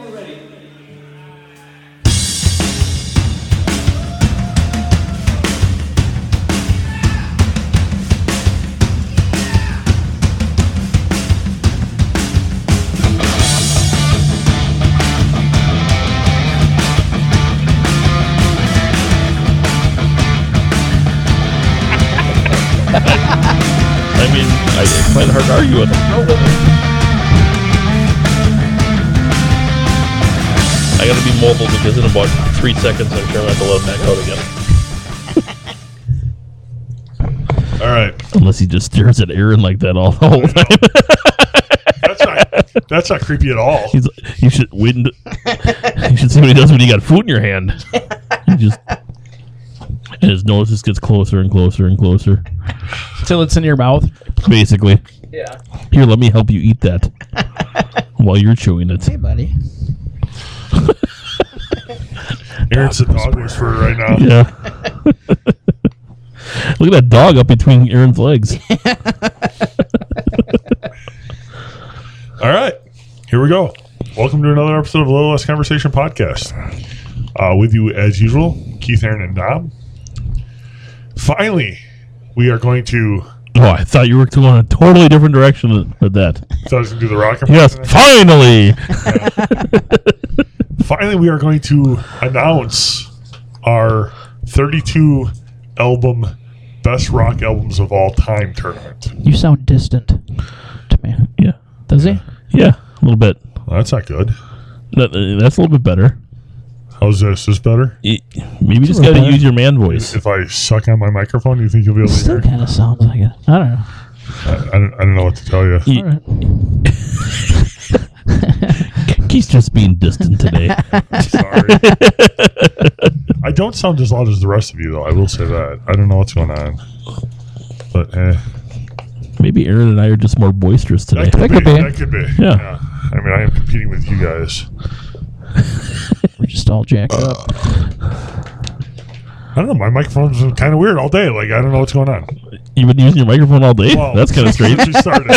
we're ready. I mean, I didn't plan hard to argue with him. I gotta be mobile because in about three seconds, I'm sure I'm gonna have to let him back out again. All right, Unless he just stares at Aaron like that all the whole time. that's not that's not creepy at all. He's like, you should wind. You should see what he does when you got food in your hand. He just. And his nose just gets closer and closer and closer. till it's in your mouth. Basically, Yeah. here, let me help you eat that while you're chewing it. Hey, buddy. Aaron's the dog whisperer right now. Yeah. Look at that dog up between Aaron's legs. All right, here we go. Welcome to another episode of Little Less Conversation podcast. Uh, with you as usual, Keith, Aaron, and Dom. Finally, we are going to. Oh, I thought you were going a totally different direction with that. So I was going to do the rocket. Yes, finally. Finally, we are going to announce our 32 album best rock albums of all time tournament. You sound distant to me. yeah, Does he? yeah, a little bit. Well, that's not good. That, uh, that's a little bit better. How's this? Is this better? Y- Maybe you just little got to better. use your man voice. If I suck on my microphone, you think you'll be able to Still hear? kind of sounds like it. I don't know. I, I don't, I don't know what to tell you. He- He's just being distant today. Sorry. I don't sound as loud as the rest of you, though. I will say that. I don't know what's going on. But eh. Maybe Aaron and I are just more boisterous today. That could, could be, be. That could be. Yeah. I mean, I am competing with you guys. We're just all jacked up. I don't know. My microphone's been kind of weird all day. Like, I don't know what's going on. You've been using your microphone all day. Well, That's kind of strange. since we started.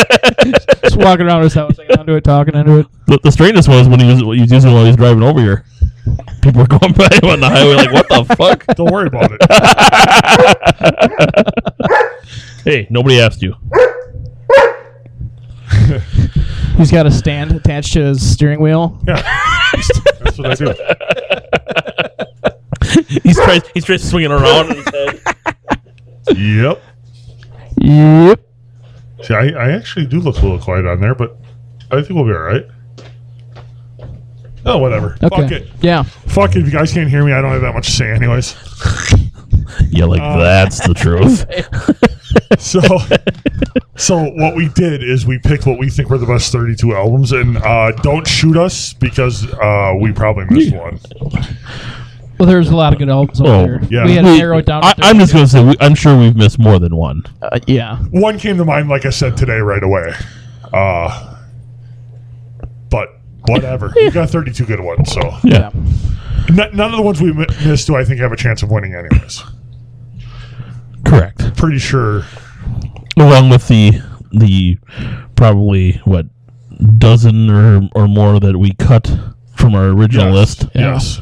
Just walking around his house, hanging onto it, talking into it. The, the strangest was when he was, he was using it while he was driving over here. People were going by him on the highway like, "What the fuck?" Don't worry about it. hey, nobody asked you. He's got a stand attached to his steering wheel. Yeah. That's what I do. He's trying. He's trying swinging around. His head. Yep. Yep. See, I, I actually do look a little quiet on there, but I think we'll be all right. Oh, whatever. Okay. Fuck it. Yeah. Fuck it. If you guys can't hear me, I don't have that much to say, anyways. Yeah, like that's the truth. So, so what we did is we picked what we think were the best 32 albums, and uh, don't shoot us because uh, we probably missed one. Well, there's a lot of good albums Oh, on there. yeah. We had We- narrowed down. I, to I'm just 32. gonna say we, I'm sure we've missed more than one. Uh, yeah. One came to mind, like I said today, right away. Uh, but whatever. We got 32 good ones, so Yeah. N- none of the ones we mi- missed do I think have a chance of winning, anyways. correct. Pretty sure. Along with the the probably what dozen or or more that we cut from our original list. Yes.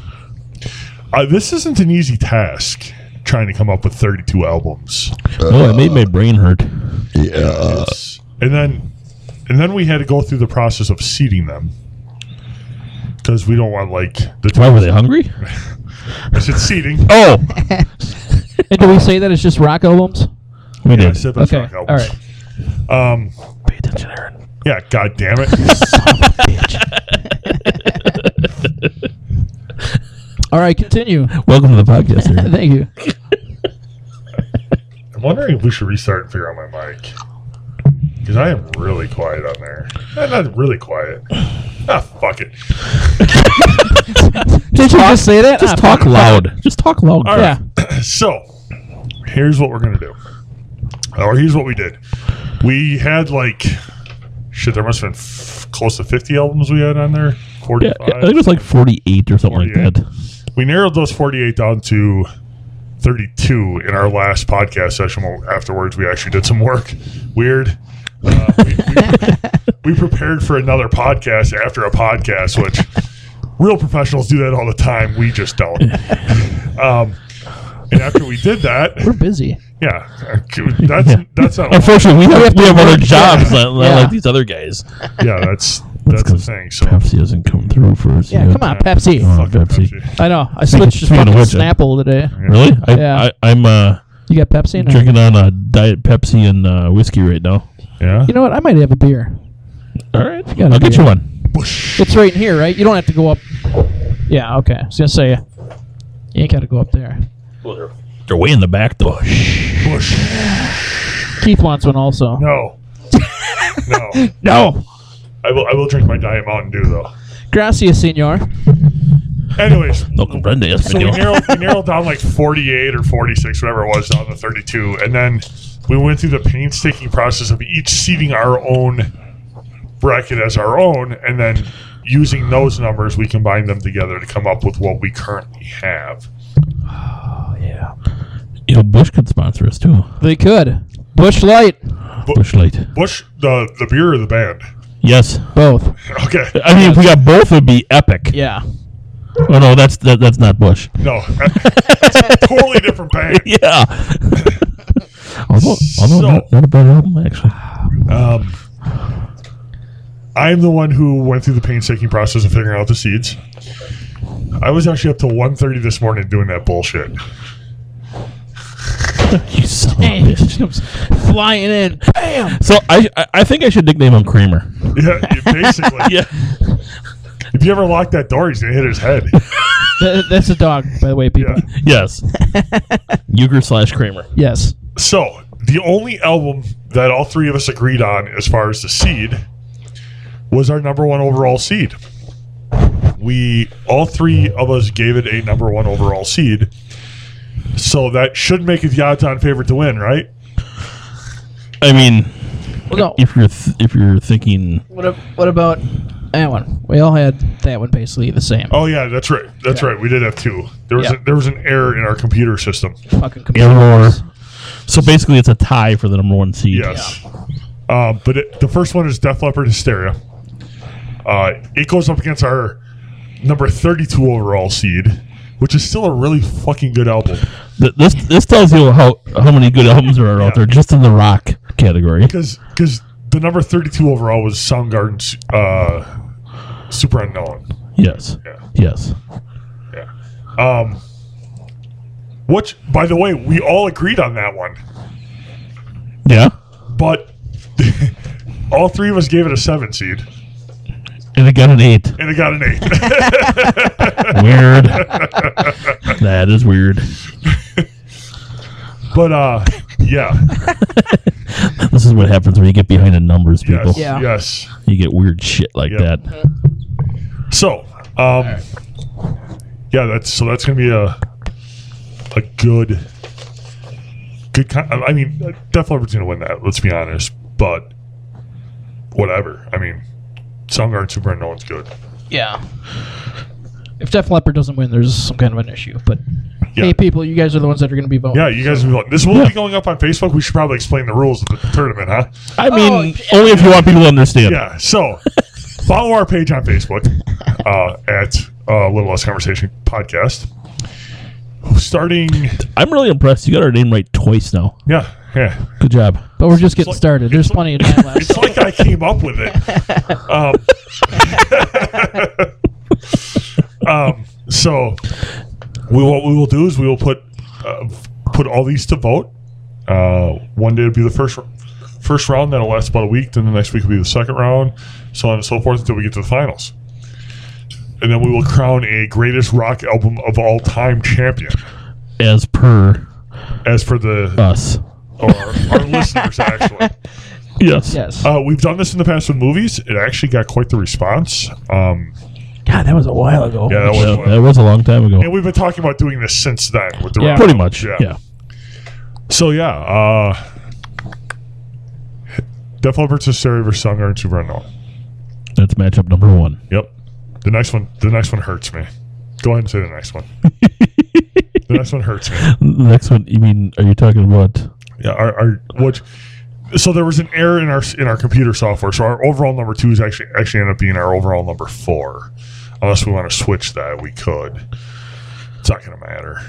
Uh, this isn't an easy task trying to come up with 32 albums. Oh, it made my brain hurt. Uh. Yes. And then and then we had to go through the process of seating them. Because we don't want like the Why were they hungry? I said seating. Oh, And do we say that it's just rock albums? we Yeah, I did. said that's okay. rock All albums. right. Um Pay attention, Aaron. yeah, god damn it. All right, continue. Welcome to the podcast. Aaron. Thank you. I'm wondering if we should restart and figure out my mic. Because I am really quiet on there. Eh, Not really quiet. Ah, fuck it. Did you just say that? Just Ah, talk loud. Just talk loud. fuck. Yeah. So, here's what we're gonna do, or here's what we did. We had like, shit. There must have been f- close to 50 albums we had on there. Yeah, 45. I think it was like 48 or something like 48. that. we narrowed those 48 down to 32 in our last podcast session. Well, afterwards, we actually did some work. Weird. Uh, we, we, we prepared for another podcast after a podcast, which real professionals do that all the time. We just don't. Um, and after we did that, We're busy. yeah, uh, that's that's not Unfortunately, we have, we have, other jobs not- not Yeah. like these other guys. yeah, that's that's the 'cause thing. So Pepsi doesn't come through for us. Yeah, yet. come on, Pepsi. Uh, Oh, Pepsi. Pepsi. I know. I switched to Speaking of fucking which, uh, Snapple today. Really? I, Yeah. I, I'm uh, You got Pepsi? in it? drinking on a Diet Pepsi and uh, whiskey right now. Yeah, You know what? I might have a beer. All right. gotta I'll get be- you one. It's right in here, right? You don't have to go up. Yeah, okay. I was going to say, you ain't got to go up there. They're way in the back, though. Bush. Keith wants one also. No, no. No. I will I will drink my diet Mountain Dew though. Gracias, senor. Anyways, No comprende Oh, so we español. narrowed, we narrowed down like 48 or 46, whatever it was, down to 32, and then we went through the painstaking process of each seating our own bracket as our own, and then using those numbers, we combine them together to come up with what we currently have. You know, Bush could sponsor us, too. They could. Bush Light. Bush Light. Bush, the the beer or the band? Yes. Both. Okay, I mean, if we got both, it would be epic. Yeah. Oh, no, that's that, that's not Bush. no, totally different band. Yeah. although, although So- not, not a bad album, actually. Um, I'm the one who went through the painstaking process of figuring out the seeds. I was actually up till 1.30 this morning doing that bullshit. You son of a Hey, bitch. comes flying in. Bam. So I, I I think I should nickname him Kramer. Yeah, you- basically. Yeah. If you ever lock that door, he's going to hit his head. Th- that's a dog, by the way, people. Yeah. Yes. Euchre slash Kramer. Yes. So, the only album that all three of us agreed on as far as the seed was our number one overall seed. We, all three of us gave it a number one overall seed. So that should make it the odds on favorite to win, right? I mean, Well, no. if you're th- if you're thinking, What, ab- what about that one? We all had that one basically the same. Oh yeah, that's right. That's Yeah. right. We did have two. There was Yeah. a, there was an error in our computer system. Fucking Error. computers. so basically it's a tie for the number one seed. Yes. Um, but it, the first one is Def Leppard Hysteria. Uh, it goes up against our number 32 overall seed, which is still a really fucking good album Th- this this tells you how how many good albums there are Yeah. out there just in the rock category. because because the number 32 overall was Soundgarden's uh, Super Unknown. Yes. Yeah. Yes. Um, which, by the way, we all agreed on that one, Yeah. but all three of us gave it a seven seed, And it got an eight. and it got an eight. Weird. that is weird. But uh, yeah, This is what happens when you get behind the numbers, people. yes, Yeah. yes. You get weird shit like Yep. that. So, um, yeah, that's so that's gonna be a a good, good. Con- I I mean, Def Leppard's gonna win that. Let's be honest, but whatever. I mean, Soundgarden, Super Unknown's good. Yeah. If Def Leppard doesn't win, there's some kind of an issue. But Yeah. hey, people, you guys are the ones that are going to be voting. Yeah, you guys will be like, this will Yeah. be going up on Facebook. We should probably explain the rules of the tournament, huh? I Oh, mean, only if you want people to understand. Yeah. So follow our page on Facebook uh, at uh, Little Less Conversation Podcast. Starting, I'm really impressed. You got our name right twice now. yeah, yeah. Good job. But we're just getting like- started. There's plenty of time left. It's like I came up with it. Um, um, so we what we will do is we will put uh, put all these to vote. Uh, one day will be the first first round that'll last about a week. Then the next week will be the second round, so on and so forth until we get to the finals. and then we will crown a greatest rock album of all time champion, as per as for the us. or our, our listeners. Actually, Yes. Yes. uh, we've done this in the past with movies. It actually got quite the response. Um, God, that was a while ago. yeah, that was Yeah, one. that was a long time ago. and we've been talking about doing this since then with the Yeah. rock Pretty much. Yeah. Yeah. So yeah, uh, Def Leppard, Cesare versus Soundgarden, Supernova. That's matchup number one. Yep. The next one, the next one hurts me. Go ahead and say the next one. the next one hurts me. Next one, you mean, are you talking about? Yeah. Our, our what? So there was an error in our in our computer software. So our overall number two is actually actually ended up being our overall number four. Unless we want to switch that, we could. It's not going to matter.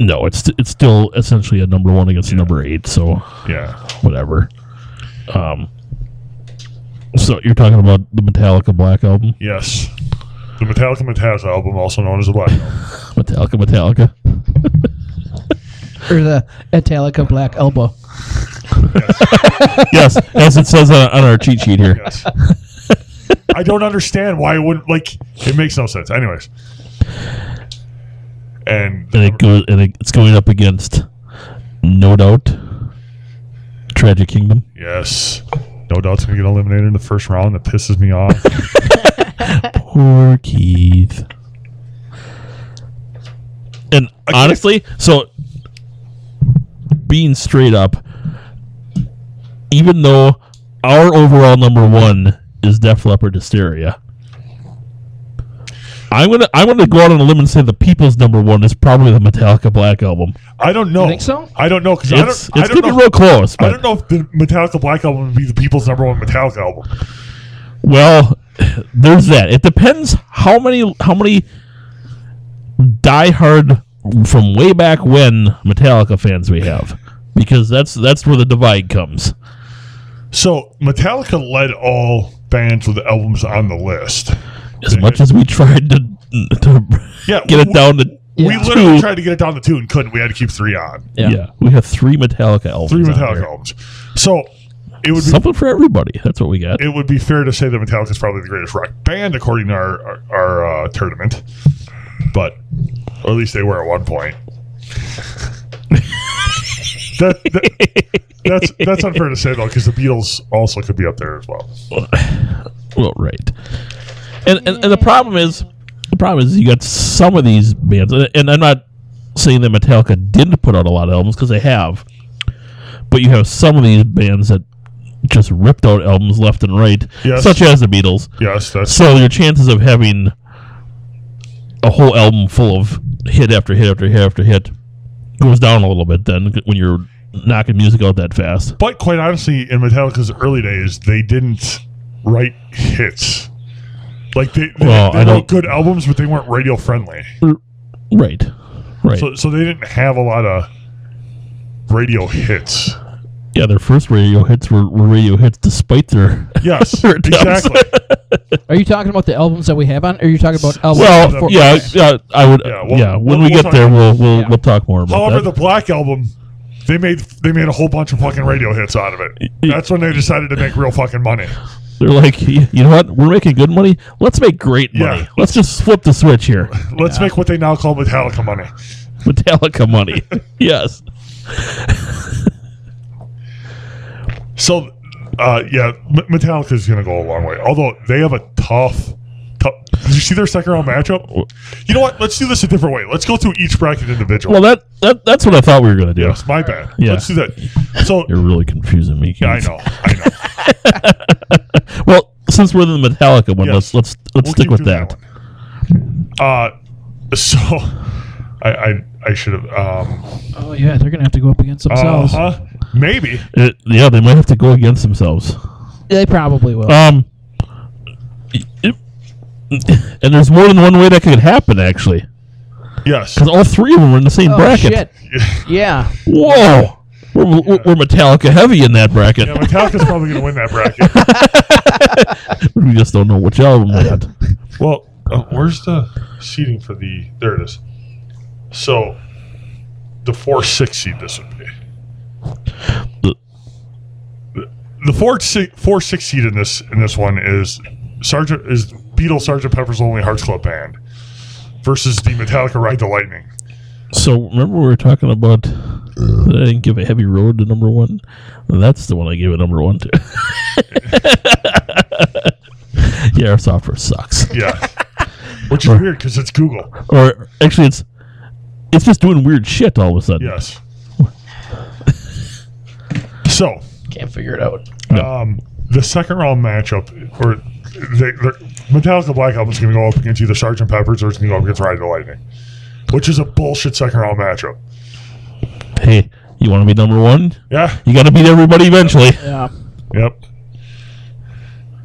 No, it's it's still essentially a number one against a number eight, so Yeah. whatever. Um, so you're talking about the Metallica Black Album, Yes. The Metallica Metallica album, also known as the Black Album. Metallica Metallica. Or the Italica Black Elbow. yes, as it says on, on our cheat sheet here. Yes. I don't understand why it wouldn't like. It makes no sense. Anyways. And And it goes, and it, it's going up against, no doubt, Tragic Kingdom. Yes. No doubt's gonna get eliminated in the first round. That pisses me off. Poor Keith. And honestly, so being straight up, even though our overall number one is Def Leppard Hysteria, I'm gonna I'm gonna go out on a limb and say the people's number one is probably the Metallica Black Album. I don't know. think so? I don't know because I don't. It's I it's don't gonna be know. real close, I don't but know if the Metallica Black album would be the people's number one Metallica album. well, there's that. It depends how many how many diehard from way back when Metallica fans we have, because that's that's where the divide comes. So Metallica led all bands with albums on the list. As much as we tried to, to Yeah, get it we- down to We Yeah. literally Two. tried to get it down to two and couldn't. We had to keep three on. yeah. we have three Metallica albums. Three on Metallica there. albums. So it would be Something for everybody. That's what we got. it would be fair to say that Metallica is probably the greatest rock band according to our our, our uh, tournament, but or at least they were at one point. that, that- that's that's unfair to say though, because the Beatles also could be up there as well. Well, right. And, and and the problem is, the problem is you got some of these bands, and, and I'm not saying that Metallica didn't put out a lot of albums because they have, but you have some of these bands that just ripped out albums left and right, Yes. such as the Beatles. Yes, that's So your chances of having a whole album full of hit after hit after hit after hit goes down a little bit then when you're knocking music out that fast. but quite honestly, in Metallica's early days, they didn't write hits. Like they, they, Well, they I wrote don't- good albums, but they weren't radio friendly. Right. Right. So so they didn't have a lot of radio hits. Yeah, their first radio hits were, were radio hits despite their. Yes, Their attempts. exactly. Are you talking about the albums that we have on? Or are you talking about albums? Well, before- yeah, okay. yeah, I would. Yeah, Yeah, we'll- when we'll- we we'll get talk there, we'll we'll, Yeah. we'll talk more about However, the that. Black album, they made they made a whole bunch of fucking radio hits out of it. That's when they decided to make real fucking money. They're like, "Y- you know what? We're making good money. Let's make great Yeah. money. Let's just flip the switch here. Let's make what they now call Metallica money. Metallica money. yes. So, uh, yeah, M- Metallica is gonna go a long way. Although they have a tough. tough did you see their second round matchup? You know what? Let's do this a different way. Let's go through each bracket individual. Well, that, that that's what I thought we were gonna do. yes, my bad. Yeah. Let's do that. So, You're really confusing me. yeah, I Keith. know, I know. Well, since we're in the Metallica one, Yes. let's let's let's We'll stick keep with doing one. that. Uh, so, I I, I should have. Um, Oh, yeah, they're going to have to go up against themselves. uh-huh. Maybe. It- Uh, yeah, they might have to go against themselves. They probably will. Uh, Um, it- and there's more than one way that could happen actually, Yes. because all three of them are in the same oh, bracket. shit. Yeah. Whoa. We're, we're we're Metallica heavy in that bracket. Yeah, Metallica's probably going to win that bracket. we just don't know which album yet. Well, uh, where's the seating for the? There it is. So, the four six seed this would be. The- The four six four six seed in this in this one is Sergeant is Beatles, Sergeant Pepper's Lonely Hearts Club Band versus the Metallica Ride the Lightning. So remember we were talking about that I didn't give a heavy road to number one. That's the one I gave a number one to. yeah, our software sucks. Yeah. Which is weird because it's Google. Or actually, it's it's just doing weird shit all of a sudden. Yes. So, Can't figure it out. um, the second round matchup, or they, they're- Metallica Black Album's going to go up against either Sergeant Pepper's or it's going to go up against Ride the Lightning, which is a bullshit second round matchup. Hey, you want to be number one? Yeah. You got to beat everybody eventually. Yeah. Yep.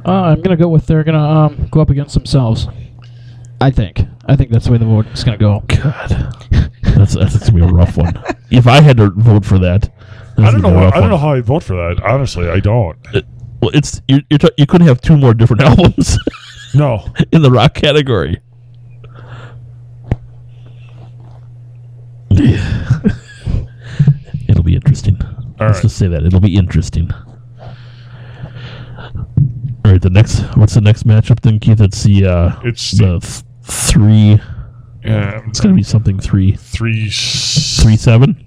Uh, I'm gonna go with they're gonna um, go up against themselves. I think. I think that's the way the vote is gonna go. God, that's that's gonna be a rough one. If I had to vote for that, I don't know. What, I don't know how I vote for that. Honestly, I don't. Well, it's you're, you're ta- you couldn't have two more different albums No. in the rock category. It'll be interesting. Let's right. just say that it'll be interesting. All right, the next what's the next matchup then, Keith? It's the uh, It's the th- three. Yeah. It's gonna be something three three, three three, seven.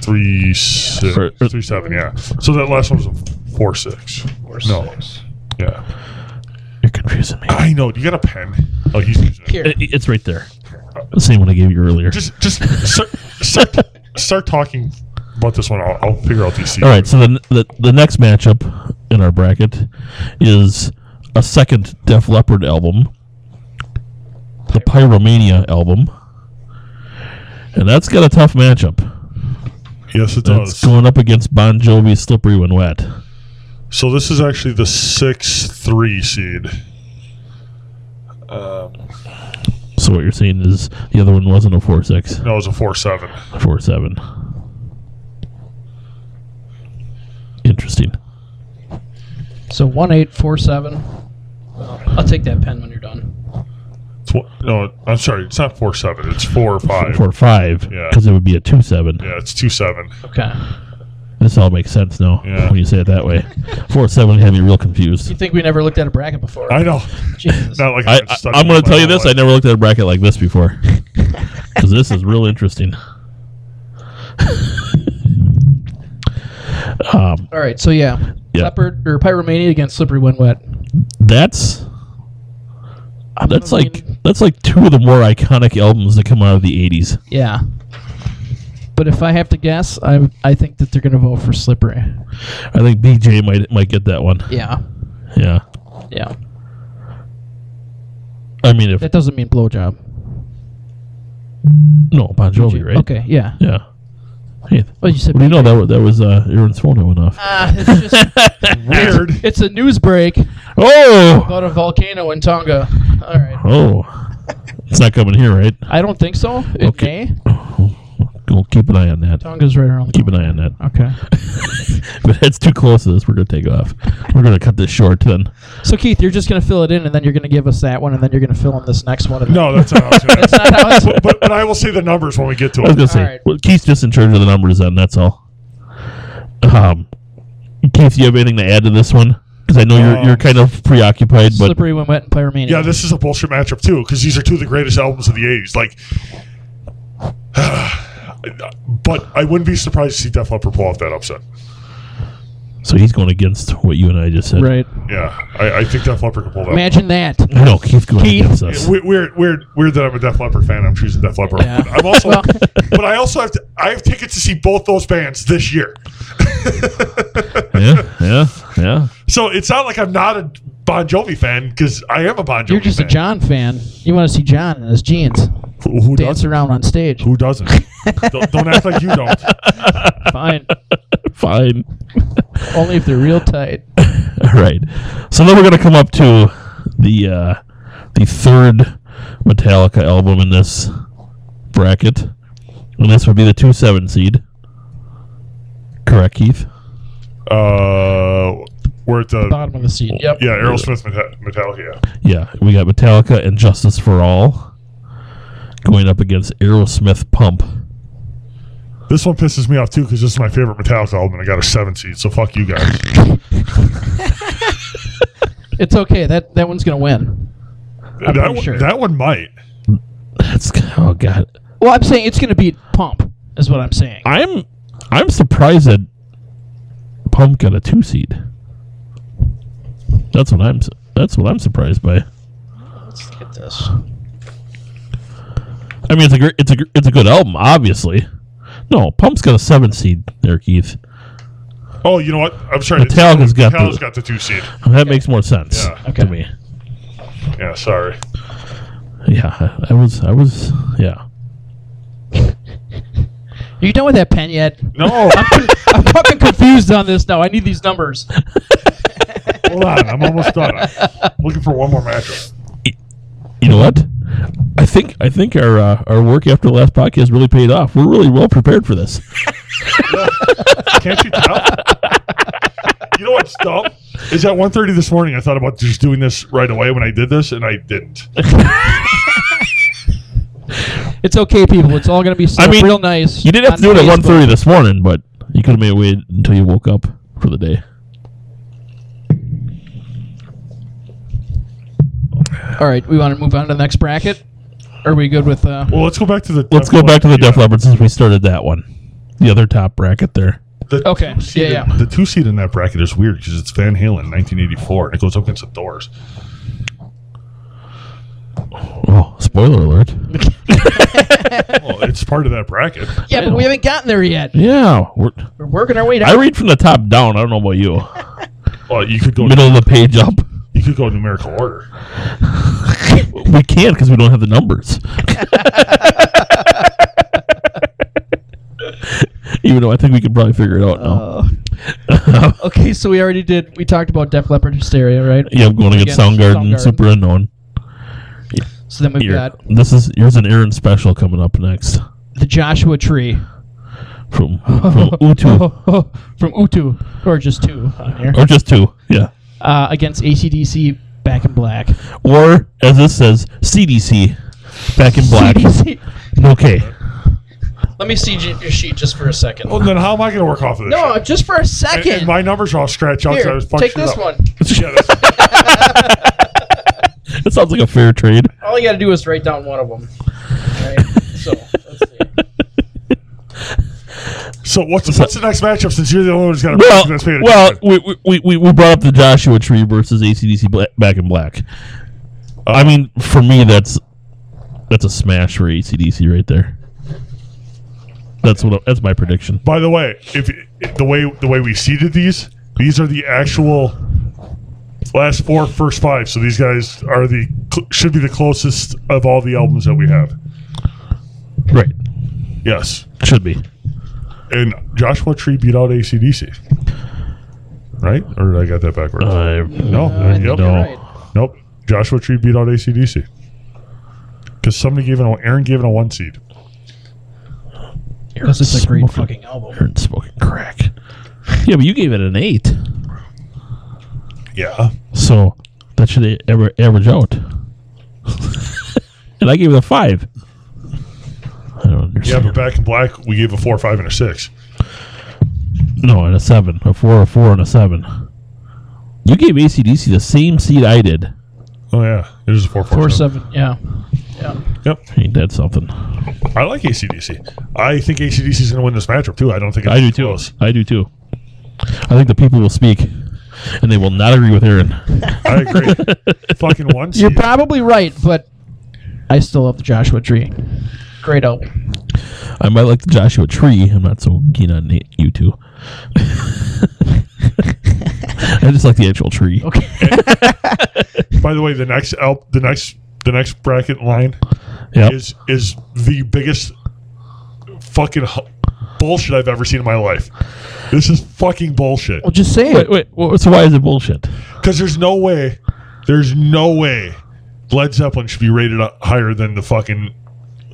three, six, Or- or- three, seven. Yeah. So that last one was a four six. Four, no. six. Yeah. You're confusing me. I know. You got a pen? Oh, he's using it. Here. I- It's right there. The same one I gave you earlier. Just, just start, start, start talking about this one. I'll, I'll figure out these. All right. So the, the the next matchup in our bracket is a second Def Leppard album, the Pyromania album, and that's got a tough matchup. Yes, it That's does. going up against Bon Jovi's "Slippery When Wet." So this is actually the six three seed. So what you're saying is the other one wasn't a four six, No, it's a four seven. four seven. Interesting. So one eight four seven. Well, I'll take that pen when you're done. It's one- no, I'm sorry. It's not four seven. It's four five. Four five, Yeah. because it would be a two seven. Yeah, it's two seven. Okay. This all makes sense now Yeah. when you say it that way. Four seven had me real confused. You think we never looked at a bracket before? I know. Jesus. Not like I, I've been I, studying I'm going my to tell you whole this: I life. never looked at a bracket like this before, because this is real interesting. um, All right. So yeah, Yeah. leopard or pyromania against slippery when wet. that's uh, that's like that's like two of the more iconic albums that come out of the '80s. Yeah. But if I have to guess, I I think that they're gonna vote for slippery. I think BJ might might get that one. Yeah. Yeah, Yeah. I mean, if That doesn't mean blowjob. no Bon Jovi, right? Okay. Yeah. Yeah. Hey, Well, you said. what do you know that was, that was uh, Aaron's phone that went off? Ah, it's just Weird. it's a news break oh, about a volcano in Tonga. All right. oh, it's not coming here, right? I don't think so. It Okay. may. We'll keep an eye on that. Tonga's right around. Keep an eye on that. Okay. But it's too close to this. We're gonna take off. We're gonna cut this short then. So Keith, you're just gonna fill it in, and then you're gonna give us that one, and then you're gonna fill in this next one. and No, that's not. How it's gonna that's not how it's. but, but, but I will say the numbers when we get to I was gonna it. say Alright. well, Keith's just in charge of the numbers then. That's all. Um, Keith, you have anything to add to this one? Because I know you're Um, you're kind of preoccupied, but Slippery when wet and pyromania. Yeah, this is a bullshit matchup too because these are two of the greatest albums of the '80s. Like, but I wouldn't be surprised to see Def Leppard pull off that upset. so he's going against what you and I just said. right. Yeah, I, I think Def Leppard can pull that. Imagine that. No, Keith going Keith. against Yeah, us. we- Weird, weird, weird that I'm a Def Leppard fan. I'm choosing Def Leppard. Yeah. I'm also, Well- but I also have to. I have tickets to see both those bands this year. yeah, yeah, yeah. So it's not like I'm not a Bon Jovi fan because I am a Bon Jovi. You're just a fan. John fan. You want to see John in his jeans Who, who dance doesn't? around on stage. Who doesn't? don't, don't act like you don't. Fine. Fine. Only if they're real tight. All right. So then we're going to come up to the uh, the third Metallica album in this bracket, and this would be the two seven seed. Correct, Keith. Uh, we're at the Bottom of the seat. Yep. yeah Aerosmith Meta- Metallica. Yeah. Yeah, we got Metallica and Justice for All going up against Aerosmith Pump. This one pisses me off too because this is my favorite Metallica album. and I got a seven seed, so fuck you guys. It's okay. That that one's gonna win. I'm that, pretty one, sure. that one might. That's oh god. well, I'm saying it's going to beat Pump, is what I'm saying. I'm I'm surprised that Pump got a two seed. That's what I'm su- that's what I'm surprised by. Let's look at this. I mean, it's a great, it's a gr- it's a good album, obviously. No, Pump's got a seven seed there, Keith. Oh, you know what? I'm sorry. it's- Metallica's got the- Metallica's got the two seed. That makes more sense Yeah. Okay. to me. Yeah, sorry. Yeah, I- I was, I was, yeah. Are you done with that pen yet? No, I'm fucking confused on this now. I need these numbers. hold on. I'm almost done. I'm looking for one more matchup. You know what? I think I think our uh, our work after the last podcast really paid off. We're really well prepared for this. Can't you tell? you know what's dumb? Is at 1.30 this morning, I thought about just doing this right away when I did this, and I didn't. It's okay, people. It's all going to be set I up mean, real nice. You did have to do on it at Facebook. 1.30 this morning, but you could have made it wait until you woke up for the day. All right, we want to move on to the next bracket. Are we good with? Uh, Well, let's go back to the. Let's Def go back to the Leppard- Def Leppard since we started that one. The other top bracket there. The Okay. two seed Yeah, in- yeah. The two seed in that bracket is weird because it's Van Halen, 1984, and it goes up against the Doors. Oh, spoiler alert. Well, it's part of that bracket. yeah, but we haven't gotten there yet. Yeah. We're, We're working our way I down. read from the top down. I don't know about you. Well, you could go. Middle of the page up. You could go in numerical order. We can't because we don't have the numbers. Even though I think we could probably figure it out now. Uh, okay, so we already did. We talked about Def Leppard Hysteria, right? yeah, I'm going against against Soundgarden, Soundgarden. Super Unknown. So then we've Here. got This is here's an Aaron special coming up next the Joshua Tree from from U2 from Utu, or just two on here, Oh. or just two. Yeah. uh, against ACDC Back in Black. Or as this says, CDC, back in black. CDC. Okay. Let me see j- your sheet just for a second. Well, then how am I going to work off of this? Oh, No, shit? just for a And- second. and my numbers are all scratched out. 'cause I Here, was fucking take shit this up. one. Yeah, that's- That sounds like a fair trade. All you got to do is write down one of them. Right? so let's see. so what's what's the next matchup? Since you're the only one who's got a Well, that's paid well, attention? we, we, we, we brought up the Joshua Tree versus ACDC Bla- Back in Black. I mean, for me, that's that's a smash for ACDC right there. That's what I- that's my prediction. By the way, if if the way the way we seeded these, these are the actual last four, first five. So these guys are the cl- should be the closest of all the albums that we have. Right, Yes, should be. and Joshua Tree beat out ACDC. Right? Or did I got that backwards? Uh, no, yep. you're right. Nope. Joshua Tree beat out ACDC. Because somebody gave it a, Aaron gave it a one seed. Because it's a great Smoking- fucking album. Aaron smoking crack. Yeah, but you gave it an eight, Yeah. so that should ever average out. and I gave it a five. I don't Yeah, understand. but back in black, we gave a four, five, and a six. No, and a seven. A four, a four, and a seven. You gave ACDC the same seed I did. Oh, yeah. It is a four, four, Four seven. seven. Yeah. Yep. Ain't that something? I like ACDC. I think ACDC is going to win this matchup, too. I don't think it's I do too. close. I do too. I think the people will speak, and they will not agree with Aaron. I agree. Fucking one You're seed. probably right, but I still love the Joshua Tree. Great album. I might like the Joshua Tree. I'm not so keen on Nate, you two. I just like the actual tree. Okay. By the way, the next al- the next the next bracket line Yep. is is the biggest fucking hu- bullshit I've ever seen in my life. This is fucking bullshit. Well, just say Wait, it. wait. wha- So why is it bullshit? Because there's no way, there's no way Led Zeppelin should be rated uh, higher than the fucking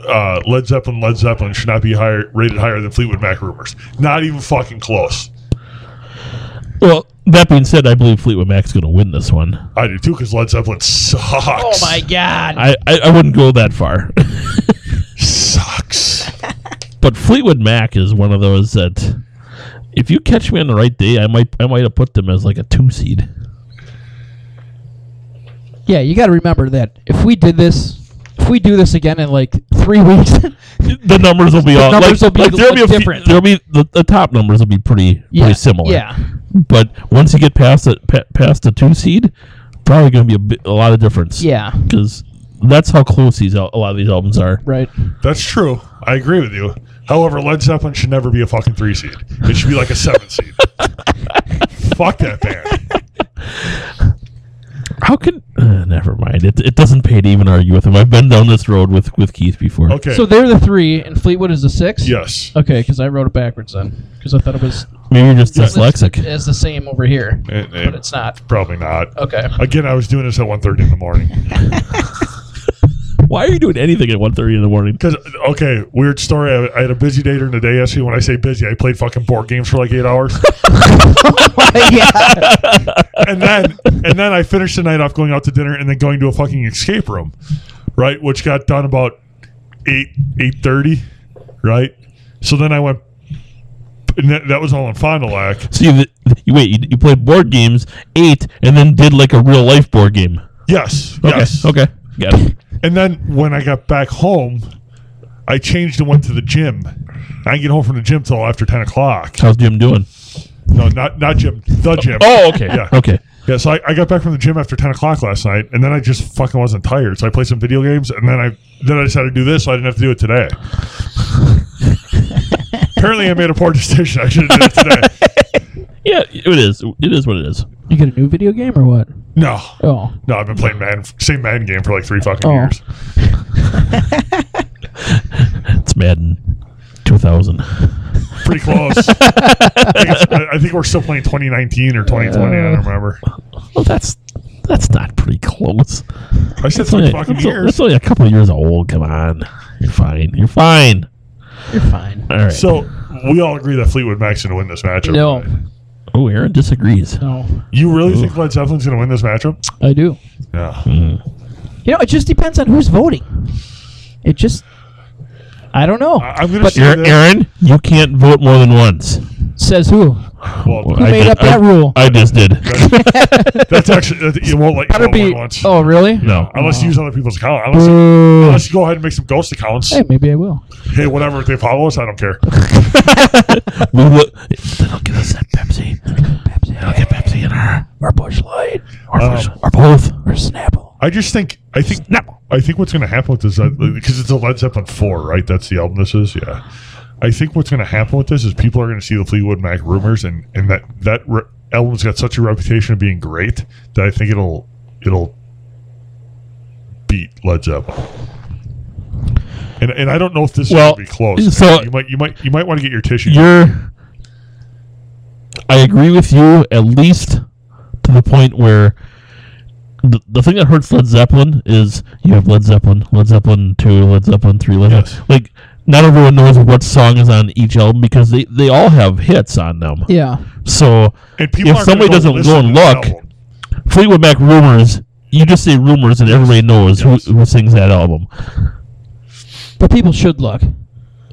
uh, Led Zeppelin. Led Zeppelin should not be higher rated higher than Fleetwood Mac rumors. Not even fucking close. Well, that being said, I believe Fleetwood Mac's going to win this one. I do too because Led Zeppelin sucks. Oh my God. I, I, I wouldn't go that far. sucks. But Fleetwood Mac is one of those that if you catch me on the right day, I might I might have put them as like a two seed. Yeah, you got to remember that if we did this, if we do this again in like three weeks, The numbers will be The all like, numbers will be like, there'll be a few- different. there'll be the, the top numbers will be pretty yeah, pretty similar. Yeah, But once you get past the pa- past the two seed, probably going to be a, bit, a lot of difference. yeah, because that's how close these al- a lot of these albums are. right. That's true. I agree with you. However, Led Zeppelin should never be a fucking three seed. It should be like a seven seed. Fuck that band. How can? Uh, never mind. It, it doesn't pay to even argue with him. I've been down this road with with Keith before. Okay. So they're the three, and Fleetwood is the six. yes. Okay, because I wrote it backwards then, because I thought it was Maybe you're just dyslexic. It's the same over here, Eh, eh, but it's not. probably not. Okay. Again, I was doing this at 1.30 in the morning. Why are you doing anything at 1.30 in the morning? Because, okay, weird story. I, I had a busy day during the day yesterday. When I say busy, I played fucking board games for like eight hours. and then and then I finished the night off going out to dinner and then going to a fucking escape room, right? Which got done about eight eight thirty, right? So then I went. And that, that was all in Fond du Lac. So you, you wait. You, you played board games eight, and then did like a real life board game. Yes, Okay. yes. Okay. Got it. And then when I got back home, I changed and went to the gym. I didn't get home from the gym till after ten o'clock. How's Jim doing? No, not not gym, the gym. Oh, okay. Yeah. Okay. Yeah, so I, I got back from the gym after ten o'clock last night, and then I just fucking wasn't tired. So I played some video games, and then I then I decided to do this, so I didn't have to do it today. Apparently, I made a poor decision. I should have did it today. Yeah, it is. It is what it is. You get a new video game or what? No, Oh, no, I've been playing Madden, same Madden game for like three fucking Oh. years. It's Madden 2000. Pretty close. I, think it's- I- I think we're still playing 2019 or 2020. I don't remember. Well, that's that's not pretty close. I said That's three only, fucking that's o- years. that's only a couple of years old. Come on, you're fine. You're fine. you're fine. All right. So we all agree that Fleetwood Mac's going to win this matchup. No, right? oh, Aaron disagrees. no, You really think Led Zeppelin's going to win this matchup? I do. Yeah. You know, it just depends on who's voting. It just, I don't know. I- I'm going to But say Aaron, this. Aaron, you can't vote more than once. Says who? Well, Who Who I made did- up that I- rule? I just did. That's actually that, you won't like Gotta you be. once. Oh, really? No. Unless you use other people's account. Unless you, Boo. unless you go ahead and make some ghost accounts. Hey, Hey, maybe I will. whatever. If they follow us, I don't care. we will, they'll give us that Pepsi. Pepsi. They'll get Pepsi in our or Bush Light or, Um, Busch- or both or Snapple. I just think I think Snapple. I think what's going to happen with this uh, because it's a Led Zeppelin four, right? That's the album this is. Yeah. I think what's going to happen with this is people are going to see the Fleetwood Mac rumors, and and that that re- album's got such a reputation of being great that I think it'll it'll beat Led Zeppelin. And, and I don't know if this is Well, going to be close. so- you might you might you might want to get your tissue. You're. I agree with you at least to the point where the, the thing that hurts Led Zeppelin is you have Led Zeppelin, Led Zeppelin two, Led Zeppelin three, Led Yes. like not everyone knows what song is on each album because they, they all have hits on them. Yeah. So And people If aren't gonna somebody doesn't listen go and to the look- album. Fleetwood Mac rumors. You just say rumors and everybody knows Yes. who, who sings that album. But people should look.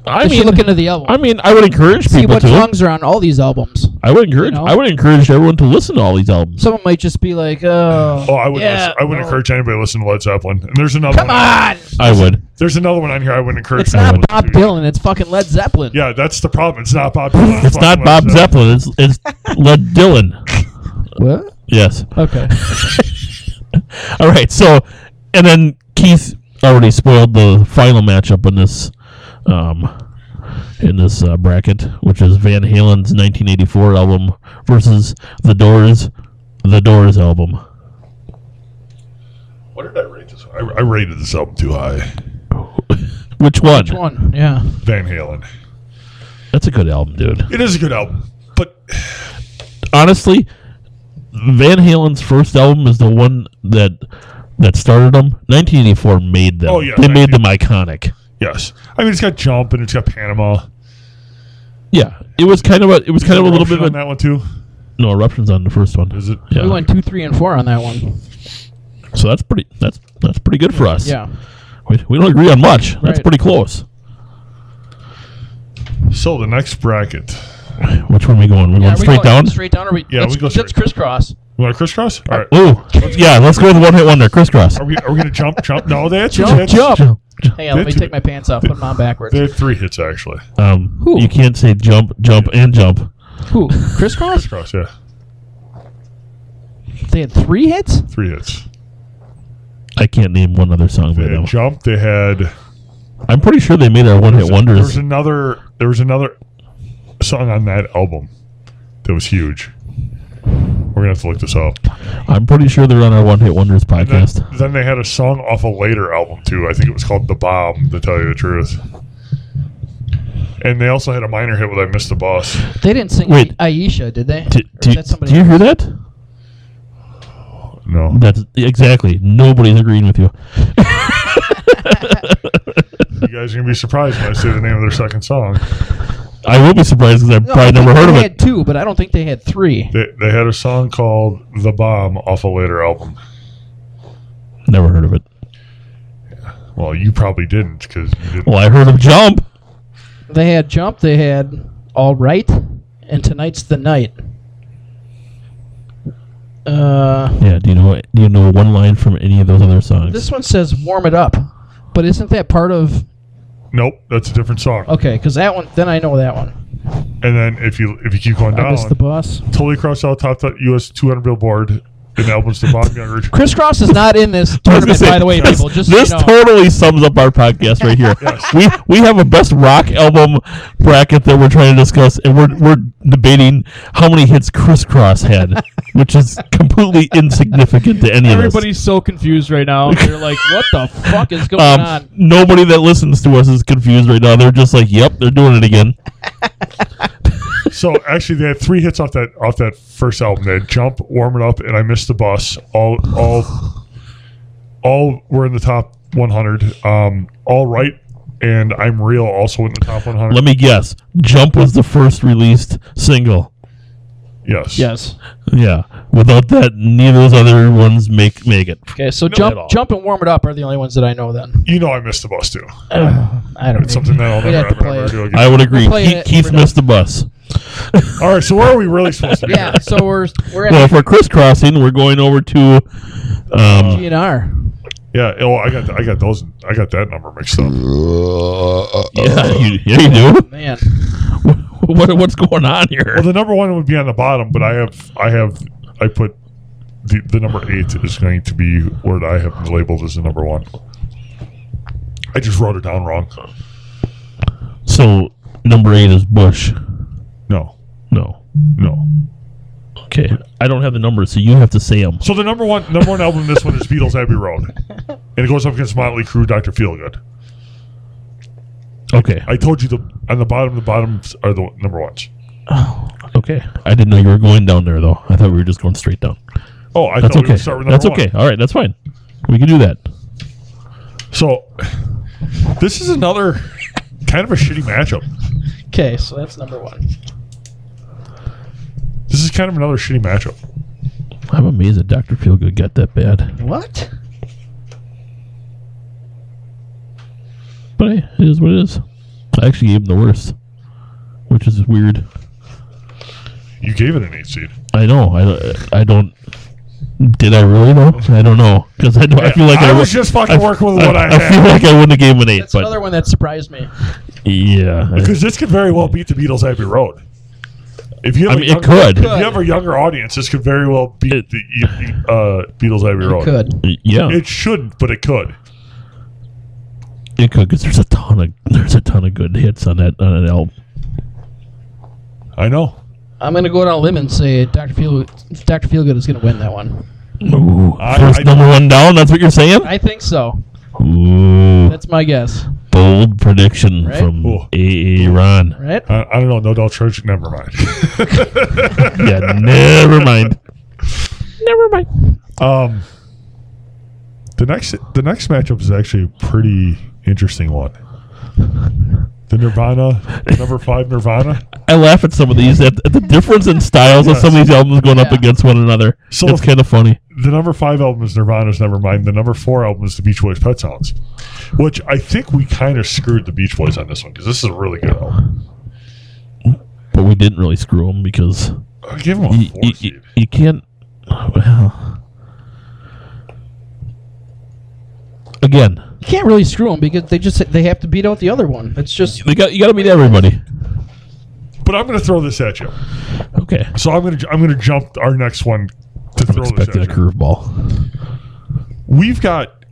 I They should mean, look into the album. I mean, I would encourage See people what to. songs are on all these albums. I would encourage. you know? I would encourage everyone to listen to all these albums. Someone might just be like, "Oh, oh, I would yeah, I would no. encourage anybody to listen to Led Zeppelin. And there's another Come one. on, I would. There's another one on here. I would encourage. it's people not to Bob listen to. Dylan. It's fucking Led Zeppelin." Yeah, that's the problem. It's not Bob. Dylan. It's not fucking Bob Led Zeppelin. It's it's Led Dylan. What? Yes. Okay. All right. So, and then Keith already spoiled the final matchup in this, um, in this uh, bracket, which is Van Halen's 1984 album versus The Doors, The Doors album. What did I rate this one? I, I rated this album too high. Which one? One. Yeah. Van Halen. That's a good album, dude. It is a good album, but Honestly, Van Halen's first album is the one that that started them. 1984 made them. Oh, yeah, they made them iconic. yes, I mean it's got Jump and it's got Panama. Yeah, it was kind of a it was kind of a little bit of on a, that one too. no eruptions on the first one. Is it? Yeah. We went two, three, and four on that one. So that's pretty. That's that's pretty good for us. Yeah. we, we don't agree on much. That's Right. pretty close. So the next bracket. Which one are we going? We're going yeah are we straight going down. Straight down. Or we? Yeah, let's, we go let's straight. crisscross. You want to crisscross? All right. Ooh, yeah. Let's go with one hit wonder. Crisscross. Are we, are we going to jump? Jump? No, that's Jump, that's- jump. Hang on, let me Did you- take my pants off, put them on backwards. They're three hits, actually. Um, you can't say jump, jump, and jump. Who? Crisscross? Crisscross, yeah. They had three hits? Three hits. I can't name one other song They by them. had jump. They had. I'm pretty sure they made our one hit There was wonders. another. There was another song on that album that was huge. We're gonna have to look this up. I'm pretty sure they're on our one hit wonders And then, podcast. then they had a song off a later album too. I think it was called "The Bomb." To tell you the truth. And they also had a minor hit with "I Missed the Boss." They didn't sing Wait. Aisha, did they? Do, Or do, is that somebody do you else? hear that? No, That's exactly. Nobody's agreeing with you. you guys are gonna be surprised when I say the name of their second song. I will be surprised because I've No, I probably think never heard of they it. had two, but I don't think they had three. They, they had a song called "The Bomb" off a later album. Never heard of it. Well, you probably didn't because you didn't. Well, I heard of jump. They had Jump, they had All Right, and Tonight's the Night. Uh, Yeah. Do you know? Do you know one line from any of those other songs? this one says Warm It Up, but isn't that part of. Nope, that's a different song. Okay, because that one, then I know that one. And then if you if you keep going I down, missed the bus. totally crossed out top that U.S. 200 Billboard and albums to Bob Younger. Crisscross is not in this I was gonna tournament, say, by the way, this, people. Just so this you know. totally sums up our podcast right here. We we have a best rock album bracket that we're trying to discuss, and we're we're debating how many hits Crisscross had, which is completely insignificant to any Everybody's so confused right now. They're like, "What the fuck is of going us. Um, on?" nobody that listens to us is confused right now. They're just like, "Yep, they're doing it again." So actually, they had three hits off that off that first album. They had "Jump," "Warm It Up," and "I Missed the Bus." All all all were in the top 100. Um, all right, and "I'm Real" also in the top 100. Let me guess. Jump was the first released single. yes, Yes. Yeah. Without that, neither of those other ones make make it. Okay, so at all. jump, jump, and warm it up are the only ones that I know. Then You know, I missed the bus too. I don't. It's something that I'll We'd never, have ever, to play ever it. do again. I would agree. play Keith, it. Keith missed the bus. All right, so where are we really supposed to be? yeah. So we're we're Well, at if we're crisscrossing, we're going over to. Um, GNR. Yeah. Oh, I got I got those. I got that number mixed up. yeah, you, yeah, you do. Man, What, what's going on here? Well, the number one would be on the bottom, but I have I have I put the, the number eight is going to be what I have labeled as the number one. I just wrote it down wrong. So number eight is Bush. No, No. no. Okay, I don't have the numbers, so you have to say them. So the number one number one album in this one is Beatles Abbey Road, and it goes up against Motley Crue, Doctor Feelgood. Okay. I told you the on the bottom the bottoms are the number ones. Okay. I didn't know you were going down there though. I thought we were just going straight down. Oh, I That's thought we okay. would start with number That's okay. one. All right. That's fine. We can do that. So this is another kind of a shitty matchup. okay, so that's number one. This is kind of another shitty matchup. I'm amazed that Doctor Feelgood got that bad, What? but hey, it is what it is. I actually gave him the worst, which is weird. You gave it an eight seed. I know. I, I don't. Did I really though? I don't know because I, don't- I feel like I, I would- was just fucking working with what I, I had. feel like I wouldn't have gave him an eight, That's but another one that surprised me. yeah, I, Because this could very well beat the Beatles Abbey Road. If you I have mean a it younger- could. If you have a younger audience, this could very well beat It- the uh, Beatles Abbey Road. Could. Yeah, It shouldn't, but it could. it could because there's a ton of there's a ton of good hits on that on that album. I know. I'm gonna go down a limb and say Dr. Feel Dr. Feelgood is gonna win that one. Ooh, I- first I- number one down. That's what you're saying. I think so. Ooh, That's my guess. bold prediction Right? from Ooh. AA Ron. Right? I, I don't know. No doubt, church. Never mind. Yeah, never mind. Never mind. Um, the next the next matchup is actually a pretty interesting one. The Nirvana number five Nirvana. I laugh at some of these at, at the difference in styles of some of these albums going up Yeah. against one another. So- it's kind of funny. the number five album is Nirvana's Nevermind. The number four album is the Beach Boys Pet Sounds, which I think we kind of screwed the Beach Boys on this one because this is a really good album. But we didn't really screw them because I give them a you, four you, seed. you can't Well, again, You can't really screw them because they just they have to beat out the other one. It's just they got you got to meet everybody. But I'm going to throw this at you. Okay, So I'm going to I'm going to jump our next one to I'm throw this at expecting a you. curveball. We've got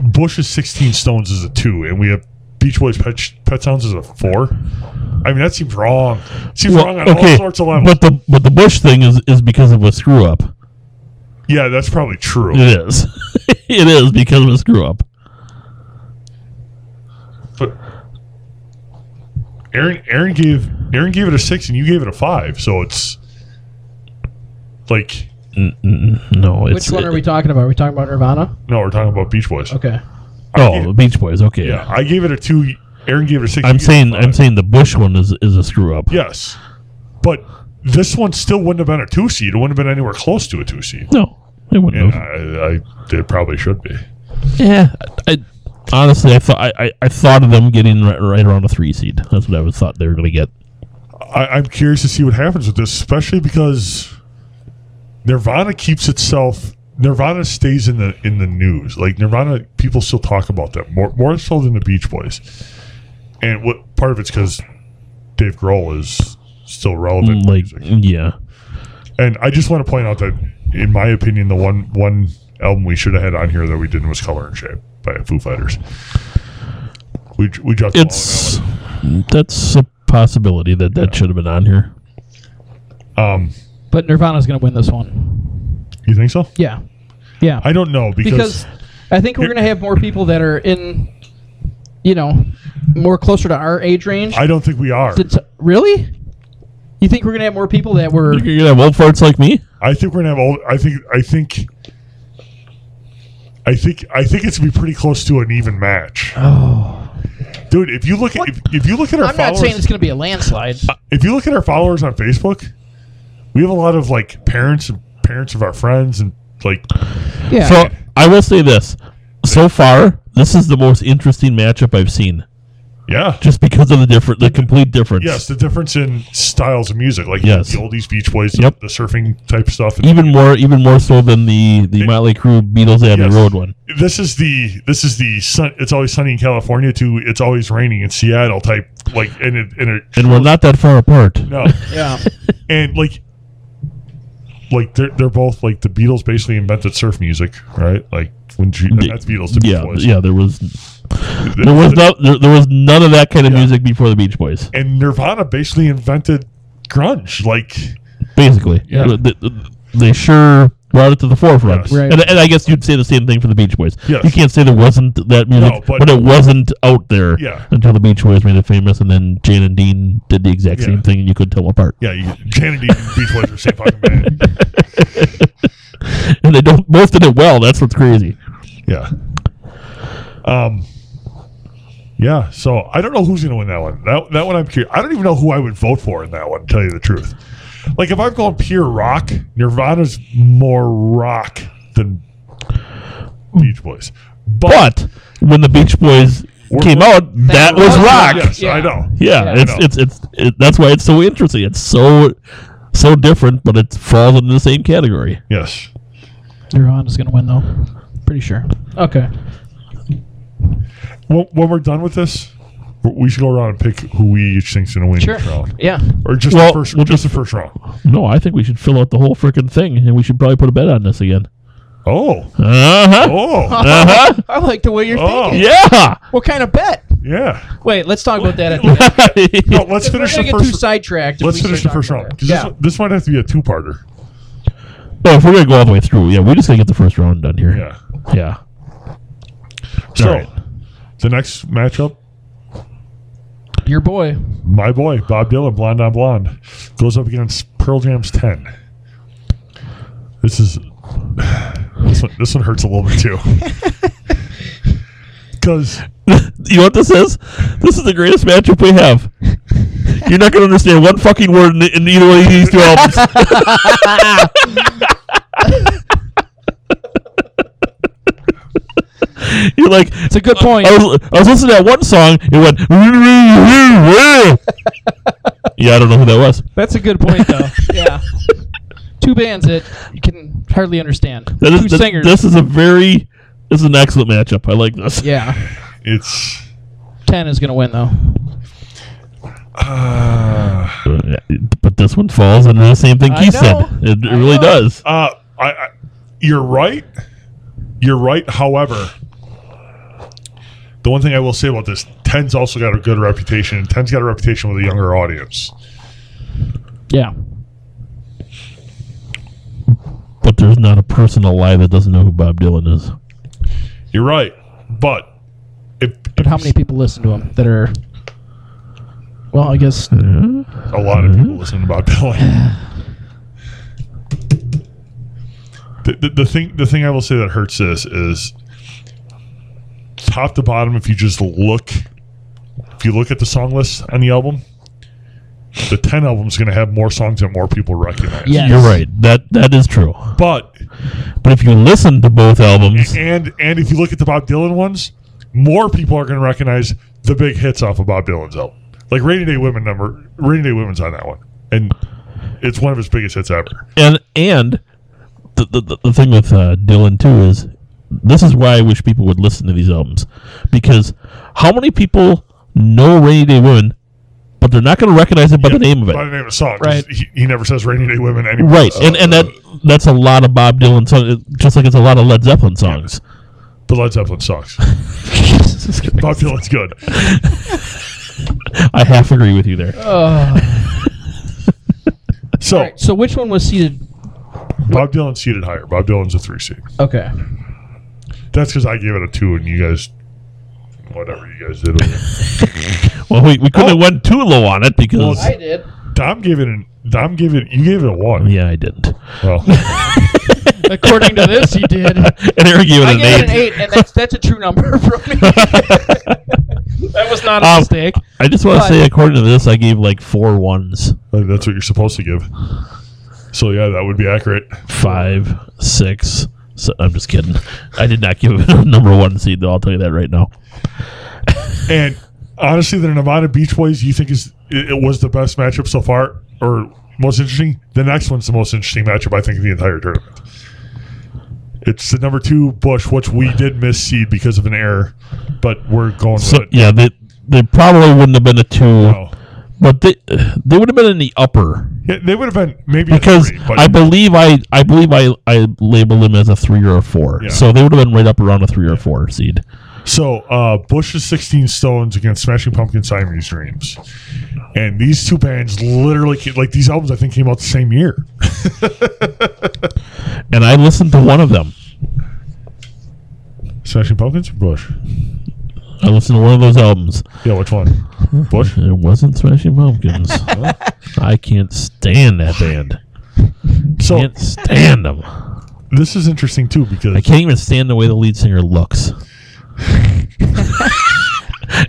Bush's 16 Stones as a two, and we have Beach Boys Pet, Pet Sounds as a four. I mean, that seems wrong. It seems wrong on all sorts of levels. but the but the Bush thing is is because of a screw up. yeah, that's probably true. It is, it is because of a screw up. But Aaron, Aaron gave Aaron gave it a six, and you gave it a five. So it's like Mm, No, it's which one are we talking about? Are we talking about Nirvana? no, we're talking about Beach Boys. Okay. Oh, Beach Boys. Okay, Yeah, I gave it a two. Aaron gave it a six. I'm you gave it a saying five. I'm saying the Bush one is is a screw up. Yes, but this one still wouldn't have been a two seed. It wouldn't have been anywhere close to a two seed. No, it wouldn't. And have. I, I, it probably should be. Yeah, I, honestly, I thought I, I, I thought of them getting right, right around a three seed. That's what I was thought they were going to get. I, I'm curious to see what happens with this, especially because Nirvana keeps itself. Nirvana stays in the in the news. Like Nirvana, people still talk about them more more so than the Beach Boys. And what part of it's because Dave Grohl is still relevant. in Mm, Like, music. yeah, And I just want to point out that, in my opinion, the one one album we should have had on here that we didn't was "Color and Shape" by Foo Fighters. We we dropped the ball on it's that's a possibility that that should have been on here. that one. Um, But Nirvana's going to win this one. you think so? Yeah. Yeah. I don't know because, because I think we're going to have more people that are in, you know, more closer to our age range. I don't think we are. Did- really? You think we're going to have more people that were. You're going to have old farts like me. I think we're gonna have all. I think I think. I think I think it's gonna be pretty close to an even match. Oh, dude! If you look at if, if you look at our I'm not followers, Uh, saying it's going to be a landslide. if you look at our followers on Facebook, we have a lot of like parents and parents of our friends and like Yeah. So I will say this: so far, this is the most interesting matchup I've seen, yeah. just because of the different, the complete difference. Yes, the difference in styles of music, like Yes. the oldies, Beach Boys, Yep. the surfing type stuff. And Even more, even more so than the the Motley Crue Beatles Abbey Yes. Road one. this is the this is the sun. It's always sunny in California. To it's always raining in Seattle type like and it and it And we're not that far apart. no yeah. and like like they're they're both like the Beatles basically invented surf music, right? Like when G- The- that's Beatles to Beach yeah, Boys. yeah. There was there was no there, there was none of that kind of Yeah. music before the Beach Boys. and Nirvana basically invented grunge. Like basically. Yeah. Th- th- th- They, sure brought it to the forefront. Yes. Right. And, and I guess you'd say the same thing for the Beach Boys. Yes. You can't say there wasn't that music, No, but- but, it wasn't out there Yeah. until the Beach Boys made it famous, and then Jan and Dean did the exact Yeah. same thing, and you could tell them apart. yeah, you, Kennedy and Beach Boys are the same fucking band. And they don't both did it well. That's what's crazy. Yeah. Um. Yeah. So I don't know who's gonna win that one. That that one I'm curious. I don't even know who I would vote for in that one. To tell you the truth, like if I'm going pure rock, Nirvana's more rock than Beach Boys. But when the Beach Boys We're- came we're- out, that were was awesome. rock. Yes, I Yeah. know. Yeah, I know. it's, it's it's it, that's why it's so interesting. It's so so different, but it falls into the same category. Yes. Nirvana's going to win, though. Pretty sure. Okay. When, when we're done with this, we should go around and pick who we each think's gonna win Sure. each round, Yeah. or just Well, the first, we'll just the first round. No, I think we should fill out the whole freaking thing, and we should probably put a bet on this again. Oh. Uh huh. Oh. Uh huh. I like the way you're Oh. thinking. Yeah. What kind of bet? Yeah. Wait, let's talk about that. At No, let's We're finish the gonna get too first. sidetracked. if Let's we finish the start first talking round. about 'cause that. This, this might have to be a two-parter. Oh, if we're gonna go all the way through, yeah, we just gotta get the first round done here. Yeah. Yeah. So, All right. the next matchup, Yeah. Your boy. my boy Bob Dylan, Blonde on Blonde, goes up against Pearl Jam's Ten. This is this one. This one hurts a little bit too, because you know what this is? This is the greatest matchup we have. You're not gonna understand one fucking word in, in either one of these two albums. You're like, It's a good point. I was, I was listening to that one song. It went. yeah, I don't know who that was. That's a good point, though. yeah. two bands that you can hardly understand. That two is, that- singers. This is a very, this is an excellent matchup. I like this. yeah, It's ten is gonna win though. uh, But this one falls under the same thing I he know. said. It, it I really know. does. uh, I, I you're right. You're right. However, the one thing I will say about this, Ten's also got a good reputation. and Ten's got a reputation with a younger audience. Yeah, But there's not a person alive that doesn't know who Bob Dylan is. You're right, but if, but how many people listen to him that are? Well, I guess a lot of people listen to Bob Dylan. The, the, the thing the thing I will say that hurts this is top to bottom if you just look if you look at the song list on the album the 10 album is going to have more songs that more people recognize Yes. You're right. That that is true. but But if you listen to both albums, and and if you look at the Bob Dylan ones more people are going to recognize the big hits off of Bob Dylan's album like Rainy Day Women number Rainy Day Women's on that one and it's one of his biggest hits ever and and the the, the- the thing with uh, Dylan too is this is why I wish people would listen to these albums because how many people know Rainy Day Women, but they're not going to recognize it by the name of By the it, name of the song. Right. He, he never says Rainy Day Women Uh, anywhere. right? else. And and that that's a lot of Bob Dylan songs, just like it's a lot of Led Zeppelin songs. But Led Zeppelin sucks. Bob Dylan's good. I half agree with you there. So, Uh, So which one was seated? Bob Dylan seated higher. Bob Dylan's a three seed. Okay. That's because I gave it a two and you guys, whatever you guys did with it. Well, we, we couldn't have went too low on it because Well, I did. Dom gave it an, Dom gave it, you gave it a one. yeah, I didn't. Well, According to this, you did. and Eric gave it I an gave eight. it an eight, and that's that's a true number for me. that was not a Um, mistake. I just want to But- say, according to this, I gave like four ones, like, that's what you're supposed to give. So, yeah, that would be accurate. five, six. So, I'm just kidding. I did not give it a number one seed, though. I'll tell you that right now. And honestly, the Nevada Beach Boys, you think is it, it was the best matchup so far, or most interesting? The next one's the most interesting matchup I think of the entire tournament. It's the number two Bush, which we did miss seed because of an error, but we're going So with it. yeah, they they probably wouldn't have been a two, No. but they they would have been in the upper Yeah, they would have been maybe a because three, but I believe I I believe I I labeled them as a three or a four, Yeah. so they would have been right up around a three or four seed. So uh, Bush is 16 Stones against Smashing Pumpkins, Siamese Dreams, and these two bands literally ca- like these albums I think came out the same year. And I listened to one of them. Smashing Pumpkins or Bush? I listened to one of those albums. Yeah, which one? Hmm. Bush. It wasn't Smashing Pumpkins. I can't stand that band. So Can't stand them. this is interesting too because I can't even stand the way the lead singer looks.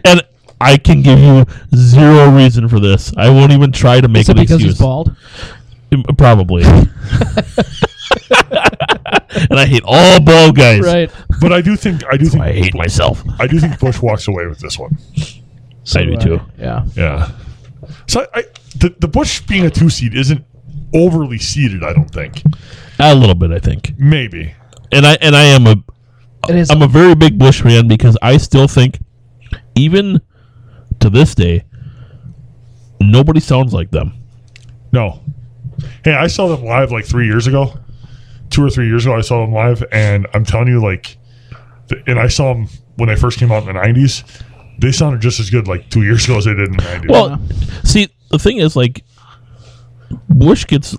and I can give you zero reason for this. I won't even try to make Is it an because excuse. he's bald? Mm, Probably. and I hate all bald guys. Right. But I do think I do think I hate myself. I do think Bush walks away with this one. I do too. Yeah. Yeah. So I, I the, the Bush being a two seed isn't overly seeded. I don't think. A little bit, I think. Maybe. And I and I am a It is. I'm a very big Bush fan because I still think, even to this day, nobody sounds like them. No. Hey, I saw them live like three years ago, two or three years ago. I saw them live, and I'm telling you, like, th- and I saw them when they first came out in the '90s. They sounded just as good like two years ago as they did in the '90s. Well, see, the thing is, like, Bush gets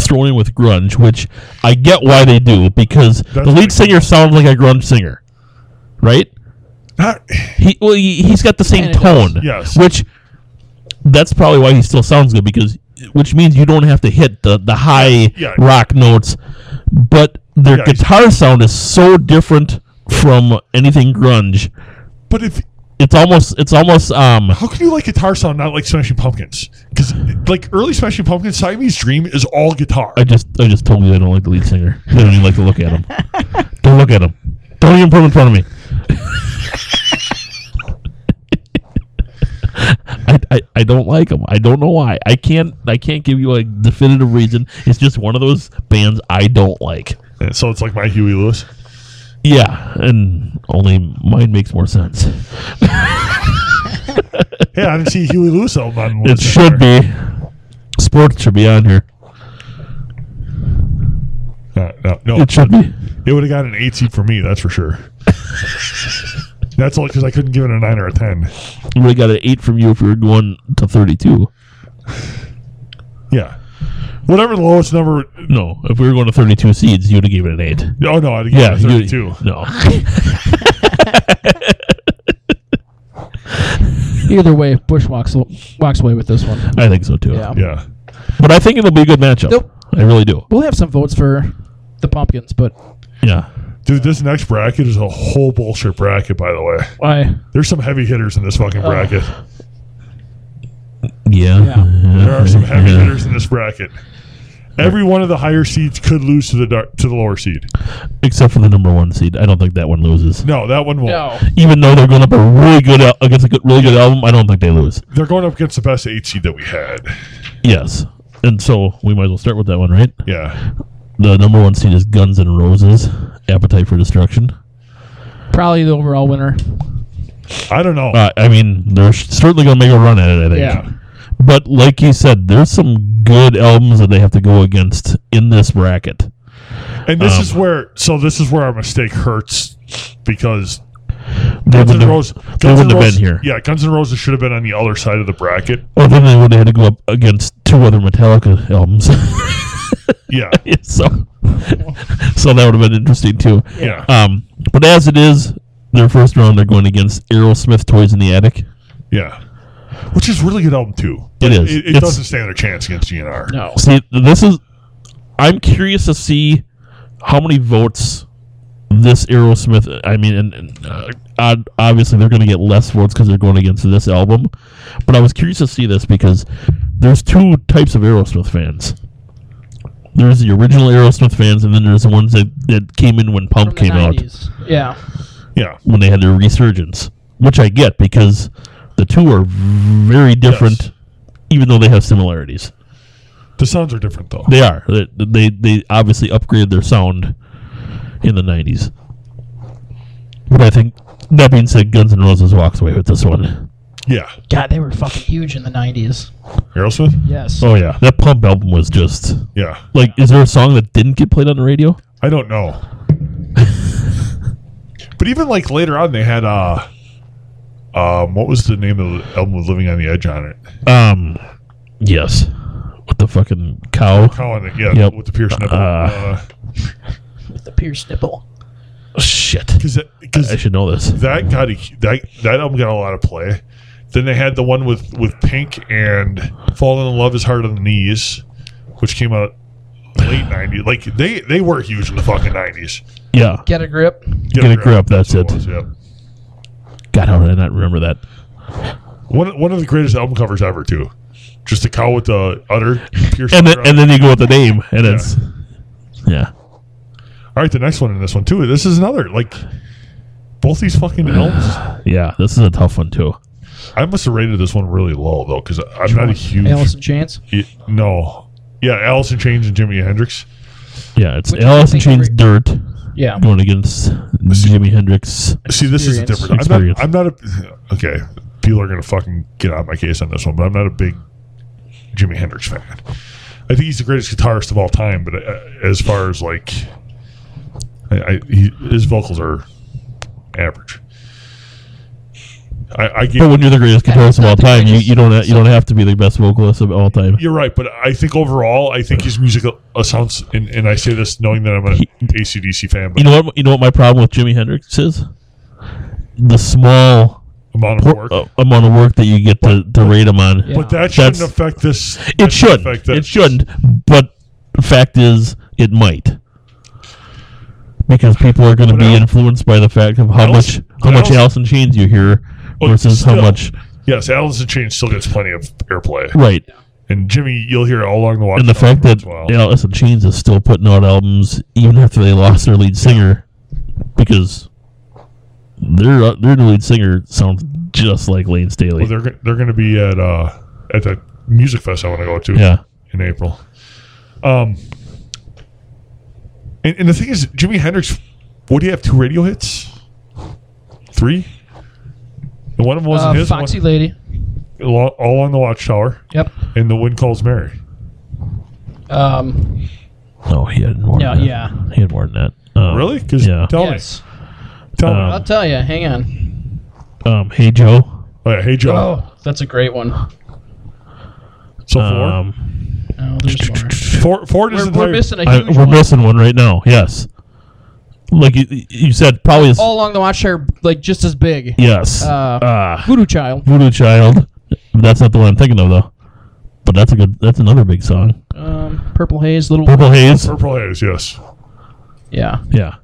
thrown in with grunge, which I get why they do because That's the lead right. singer sounds like a grunge singer, right? Not- He well, he, he's got the same Kinda does. tone, Yes. Which that's probably why he still sounds good because, which means you don't have to hit the the high Yeah. rock notes, but their Yeah, he's- guitar sound is so different from anything grunge. but if It's almost it's almost um how can you like guitar sound not like Smashing Pumpkins? Because like early Smashing Pumpkins, Siamese Dream is all guitar. I just I just told you I don't like the lead singer. I don't even like to look at him. Don't look at him. Don't even put him in front of me. I, I, I don't like them. I don't know why. I can't I can't give you a definitive reason. It's just one of those bands I don't like. And so it's like my Huey Lewis. Yeah, and only mine makes more sense. Yeah, I didn't see a Huey Lewis album on It should be. Sports should be on here. Uh, no, no, It should be. It would have got an eight seed for me, that's for sure. that's all because I couldn't give it a nine or a ten. You would have got an eight from you if you were going to thirty-two. Yeah, whatever the lowest number. No, if we were going to thirty-two seeds, you'd have given it an eight. Oh no, I'd give Yeah, it a you- thirty-two. No, Either way, Bush walks, walks away with this one. I think so too. Yeah. Yeah, But I think it'll be a good matchup. Nope. I really do. We'll have some votes for the pumpkins, but Yeah. dude, this next bracket is a whole bullshit bracket. By the way, I there's some heavy hitters in this fucking bracket. Yeah. Yeah. There are some heavy Yeah. hitters in this bracket. Every one of the higher seeds could lose to the dar- to the lower seed. Except for the number one seed. I don't think that one loses. No, that one won't. no. Even though they're going up a really good al- against a good, really good album, I don't think they lose. They're going up against the best eight seed that we had. Yes. And so we might as well start with that one, right? Yeah, The number one seed is Guns N' Roses, Appetite for Destruction. Probably the overall winner. I don't know. Uh, I mean, they're sh- certainly going to make a run at it, I think. Yeah. But like you said, there's some good albums that they have to go against in this bracket. And this Um, is where so this is where our mistake hurts because They Guns wouldn't N' have- Roses they Guns N' wouldn't have Roses- been here. Yeah, Guns N' Roses should have been on the other side of the bracket. Well, Oh, then they would have had to go up against two other Metallica albums. Yeah, so, so that would have been interesting too. yeah. Um, but as it is, their first round they're going against Aerosmith, Toys in the Attic. Yeah. Which is a really good album too. It is. It, it It's- doesn't stand a chance against GNR. No. See, this is. I'm curious to see how many votes this Aerosmith. I mean, and, and uh, ob- obviously they're going to get less votes because they're going against this album. But I was curious to see this because there's two types of Aerosmith fans. There's the original Aerosmith fans, and then there's the ones that, that came in when Pump From the came out. 90s. Yeah. Yeah. when they had their resurgence, which I get because the two are very different, Yes. even though they have similarities. The sounds are different though. They are. They, they they obviously upgraded their sound in the '90s. But I think that being said, Guns N' Roses walks away with this one. yeah. God, they were fucking huge in the 90s. Aerosmith? Yes. Oh yeah, that Pump album was just Yeah. like. Is there a song that didn't get played on the radio? I don't know. but even like later on they had uh um what was the name of the album with Living on the Edge on it? Um, yes. What the fucking cow? Colin, yeah, Yep. with the Pierce nipple. Uh, With the pierced nipple. Shit. because I should know this. that got a, that that album got a lot of play. Then they had the one with with Pink and "Falling in Love Is Hard on the Knees," which came out late '90s. Like they they were huge in the fucking '90s. Yeah. Get a grip. Get, a Grip, that's it. was, yeah. God, how did I not remember that? One one of the greatest album covers ever too. Just the cow with the udder. pierced and then, udder on and it. then you go with the name, and it's yeah. all right, the next one in this one too. This is another like both these fucking albums. yeah, This is a tough one too. I must have rated this one really low though because I'm not a huge Alice in Chains. y- no. Yeah, Alice in Chains and Jimi Hendrix. Yeah, it's Which Alice I in think Chains every- Dirt Yeah. going against Jimi Hendrix. See, this is a Experience. different. I'm not, Experience. I'm not a. Okay, people are gonna fucking get on my case on this one, but I'm not a big Jimi Hendrix fan. I think he's the greatest guitarist of all time, but uh, as far as like, I, I he, his vocals are average. I, I But get, when you're the greatest guitarist of all time, you, you don't ha- you don't have to be the best vocalist of all time. you're right, but I think overall, I think his music uh, sounds. And, and I say this knowing that I'm an ACDC fan, You but know what? You know what my problem with Jimi Hendrix is the small amount of por- work. uh, amount of work that you get to, to rate him on. Yeah. but that shouldn't That's- affect this. It that should. affect this. It shouldn't. But the fact is, it might. Because people are going to But be Al- influenced by the fact of how Alice- much how but much Alice- Alice in Chains you hear Oh, versus how still. much Yes, Alice in Chains still gets plenty of airplay. right. And Jimmy, you'll hear it all along the watch. And the fact that Alice in Chains is still putting out albums even after they lost their lead uh, singer, because their their new lead singer sounds just like Lane Staley. Well, they're go- they're going to be at uh at that music fest I want to go to. yeah. in April. Um, and, and the thing is, Jimi Hendrix, what do you have? Two radio hits? Three? And one of them wasn't Uh, his. one- Foxy Lady. Lo- all on the Watchtower, Yep. and the wind calls Mary. Um, No, he had more. Yeah, than that. yeah. He had more than that. Um, Really? Because yeah. tell yes. me, tell Uh, me. I'll tell you. Hang on. Um, hey Joe. Oh, yeah, hey Joe. Oh, that's a great one. So Um, No, there's more. four, four, four is We're, the we're entire- missing a I, huge we're one. missing one right now. Yes. Like you, you said, probably. Is, All along the watchtower, like just as big. yes. uh, Ah. Voodoo Child. Voodoo Child. That's not the one I'm thinking of though. But that's a good. That's another big song. Um, Purple Haze. Little. Purple Haze. Purple Haze, yes. Yeah. Yeah.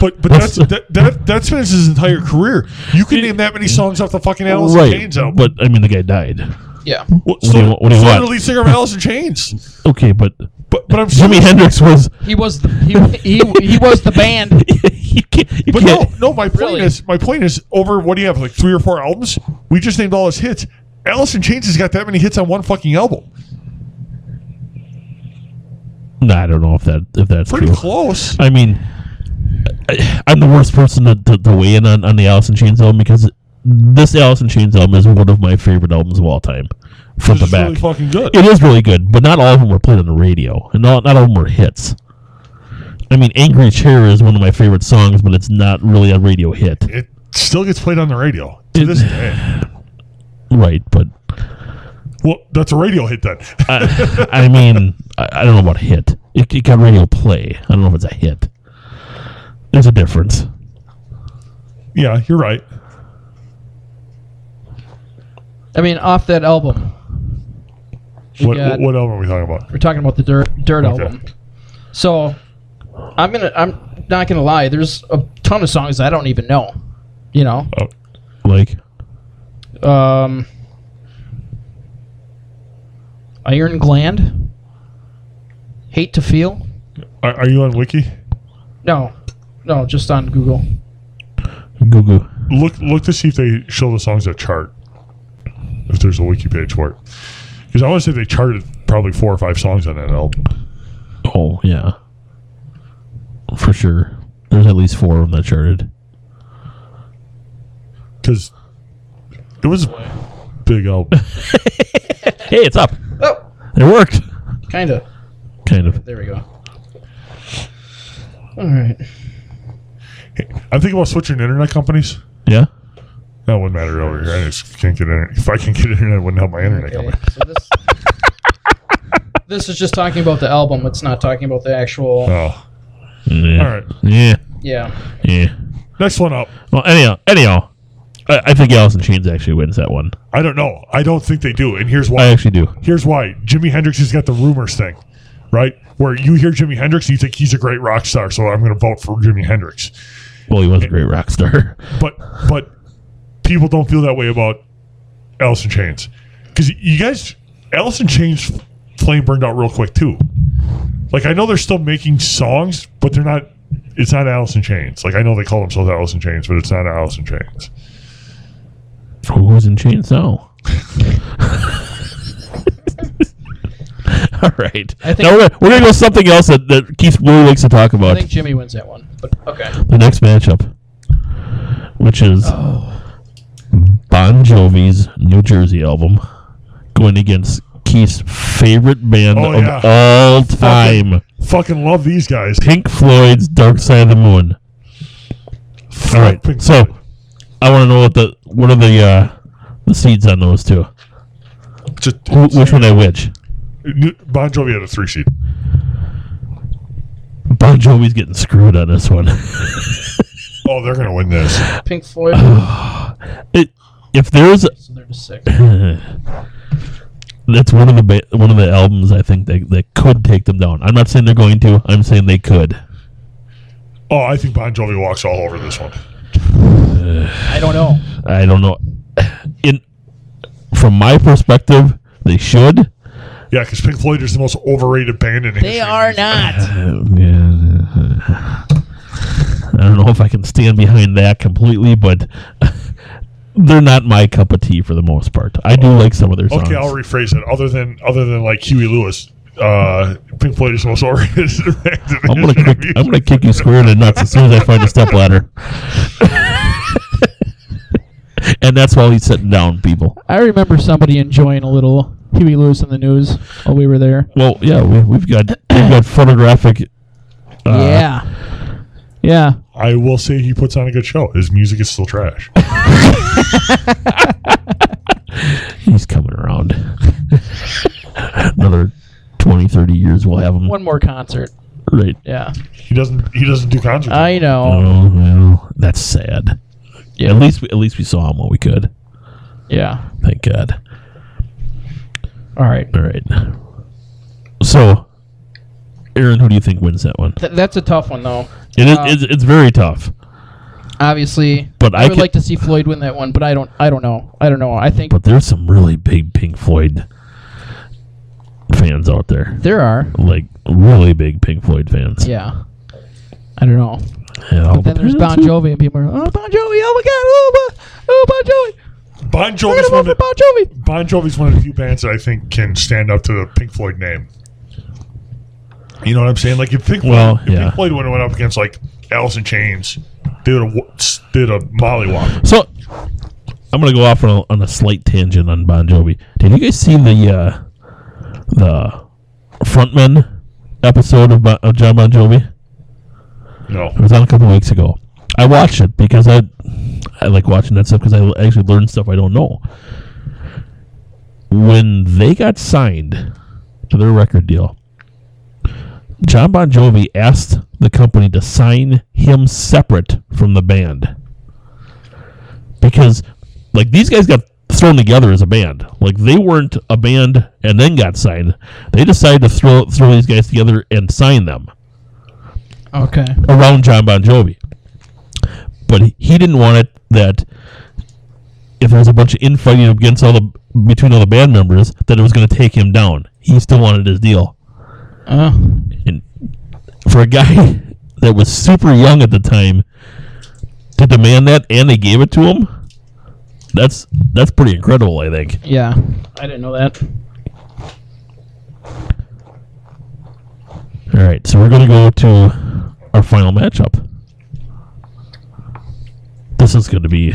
But but that's that, that that's been his entire career. You can name that many songs off the fucking Alice in Chains album. But I mean, the guy died. Yeah. Well, do you want- what do you so want? the lead singer of Alice in Chains. Okay, but But but I'm Jimi serious. Hendrix was. He was the he, he, he was the band. you can't. You But no, can't no. My point Really? is, my point is, over what do you have? Like three or four albums? We just named all his hits. Alice in Chains has got that many hits on one fucking album. no, I don't know if that if that's Pretty true. close. I mean, I, I'm the worst person to, to, to weigh in on, on the Alice in Chains album because this Alice in Chains album is one of my favorite albums of all time, This front to is back. really fucking good. it is really good, but not all of them were played on the radio, and not, not all of them were hits. I mean, "Angry Chair" is one of my favorite songs, but it's not really a radio hit, It still gets played on the radio to It- this day. right? But Well, that's a radio hit then. I, I mean, I, I don't know about hit. It, it got radio play. I don't know if it's a hit. There's a difference. yeah, you're right. I mean, off that album. We What, got- what, what album are we talking about? We're talking about the Dirt Dirt Okay. album. So, I'm gonna I'm not gonna lie. There's a ton of songs I don't even know. You know. Uh, Like, Um, Iron Gland. Hate to feel. Are, are you on Wiki? No, no, just on Google. goo goo. Look look to see if they show the songs that chart. If there's a wiki page for it, because I want to say they charted probably four or five songs on that album. Oh yeah, for sure. There's at least four of them that charted. because it was big album. Hey, it's up. Oh, It worked. kind of. Kind of. There we go. All right. I'm thinking about switching internet companies. Yeah. That wouldn't matter over here. I just can't get internet. If I can get internet, it wouldn't help my internet Okay, company. so this, this is just talking about the album. It's not talking about the actual. Oh, Yeah. all right. Yeah. Yeah. Yeah. Next one up. Well, anyhow, anyhow, I, I think Alice in Chains actually wins that one. I don't know. I don't think they do. And here's I why. actually do. Here's why. Jimi Hendrix has got the rumors thing, right? Where you hear Jimi Hendrix, you think he's a great rock star, so I'm going to vote for Jimi Hendrix. Well, he was a great rock star. But but people don't feel that way about Alice in Chains because you guys, Alice in Chains flame burned out real quick too. Like I know they're still making songs, but they're not. It's not Alice in Chains. Like I know they call themselves Alice in Chains, but it's not Alice in Chains. Who's in chains now? All right. I think- now we're, we're gonna go something else that, that Keith really likes to talk I about. think Jimmy wins that one. But okay. the next matchup, which is Oh. Bon Jovi's New Jersey album, going against Keith's favorite band Oh, of yeah. all time, Fucking love these guys. Pink Floyd's "Dark Side of the Moon." All right, Pink so Floyd. I want to know what the what are the uh, the seeds on those two? Just, Who, which one I which? Bon Jovi had a three seed. Bon Jovi's getting screwed on this one. Oh, they're gonna win this. Pink Floyd. it, if there's so they're just sick. that's one of the ba- one of the albums I think that that could take them down. I'm not saying they're going to. I'm saying they could. Oh, I think Bon Jovi walks all over this one. I don't know. I don't know. In from my perspective, they should. Yeah, because Pink Floyd is the most overrated band in history. They are not. Yeah. I don't know if I can stand behind that completely, but they're not my cup of tea for the most part. I do like some of their songs. Okay, I'll rephrase it. Other than other than like Huey Lewis, uh, Pink Floyd is the most oriented. I'm gonna kick, I'm gonna kick you square in the nuts as soon as I find a step ladder. and that's while he's sitting down, people. I remember somebody enjoying a little Huey Lewis in the news while we were there. Well, yeah, we, we've got we've got photographic. Uh, yeah. Yeah. I will say he puts on a good show. His music is still trash. he's coming around. Another 20, 30 years, we'll have him. One more concert. right. Yeah. He doesn't. He doesn't do concerts. I know. Oh, well, that's sad. Yeah, at least we, at least we saw him when we could. Yeah. Thank God. All right. All right. So, Aaron, who do you think wins that one? Th- that's a tough one, though. It is, Uh, it's, it's very tough. Obviously, But I would could- like to see Floyd win that one, but I don't. I don't know. I don't know. I think But there's some really big Pink Floyd fans out there. there are. Like, really big Pink Floyd fans. Yeah. I don't know. Yeah, But then there's Bon Jovi, and people are, oh Bon Jovi, oh my God, oh, Bon- oh Bon Jovi, Bon we're gonna Jovi's vote one. for Of, Bon Jovi. bon Jovi's one of the few bands that I think can stand up to the Pink Floyd name. You know what I'm saying? Like if Pink Floyd, Well, if yeah. Pink Floyd would have went up against like Alice in Chains, they would have did a mollywop. So, I'm gonna go off on a, on a slight tangent on Bon Jovi. Did you guys see the uh, the frontman episode of, bon, of John Bon Jovi? No, It was on a couple weeks ago. I watched it because I I like watching that stuff because I actually learn stuff I don't know. When they got signed to their record deal, John Bon Jovi asked the company to sign him separate from the band because like these guys got thrown together as a band. Like they weren't a band and then got signed. They decided to throw throw these guys together and sign them Okay. around John Bon Jovi. But he, he didn't want it that if there was a bunch of infighting against all the between all the band members that it was going to take him down. He still wanted his deal. Uh, And for a guy that was super young at the time to demand that and they gave it to him, that's that's pretty incredible, I think. yeah. I didn't know that. All right, so we're going to go to our final matchup. This is going to be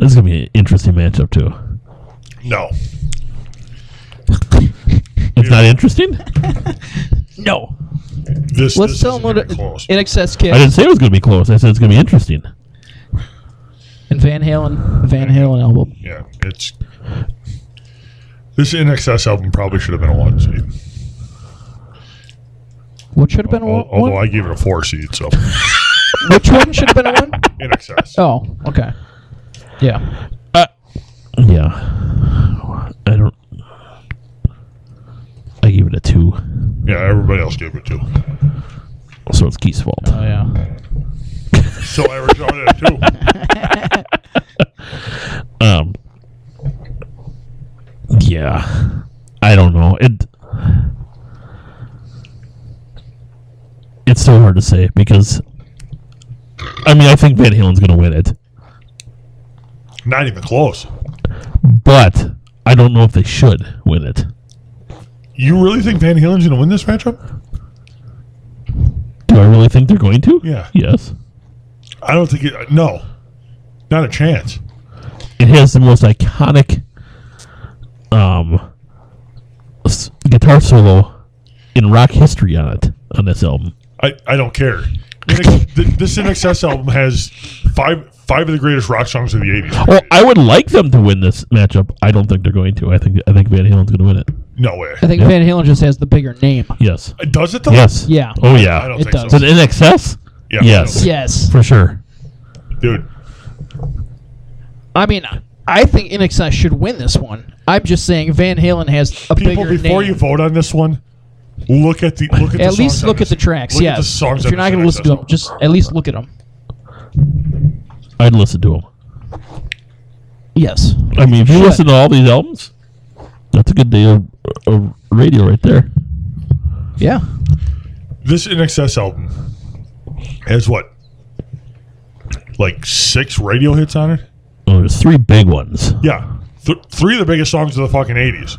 this is going to be an interesting matchup too. no. It's not interesting. no, This Let's this tell isn't them what even it- close. in excess kid I didn't say it was going to be close. I said it's going to be interesting. and Van Halen, Van Halen album. Yeah, it's this In Excess album probably should have been a one seed. What should have been a Al- one? Although I gave it a four seed, so Which one should have been a one? In Excess. Oh, okay. Yeah. Yeah, I don't. I gave it a two, Yeah, everybody else gave it two. so it's Keith's fault. Oh yeah. So I rejected it too. Um. Yeah, I don't know. It it's so hard to say because I mean I think Van Halen's going to win it, Not even close. but I don't know if they should win it. You really think Van Halen's gonna win this matchup? Do I really think they're going to? Yeah. Yes. I don't think it. No, not a chance. It has the most iconic um s- guitar solo in rock history on it on this album. I, I don't care. In Ex- th- this In Excess album has five five of the greatest rock songs of the eighties. Well, I would like them to win this matchup. I don't think they're going to. I think I think Van Halen's going to win it. No way. I think Van Halen just has the bigger name. Yes. Does it though? Yes. Yeah. Oh I yeah. don't It think does. But so. in excess, Yeah, I Yes. Yes. for sure. don't- dude. I mean, I think In Excess should win this one. I'm just saying Van Halen has a people bigger before name. you vote on this one look at the look at the at songs least on look at this. the tracks. look yeah. at the songs if on you're not this going to listen to access. them, just at least look at them. I'd listen to him. Yes. I mean, if you Should. listen to all these albums, that's a good day of, of radio right there. Yeah. this in excess album Has what? Like six radio hits on it? Well, Oh, there's three big ones. Yeah. Th- three of the biggest songs of the fucking 80s.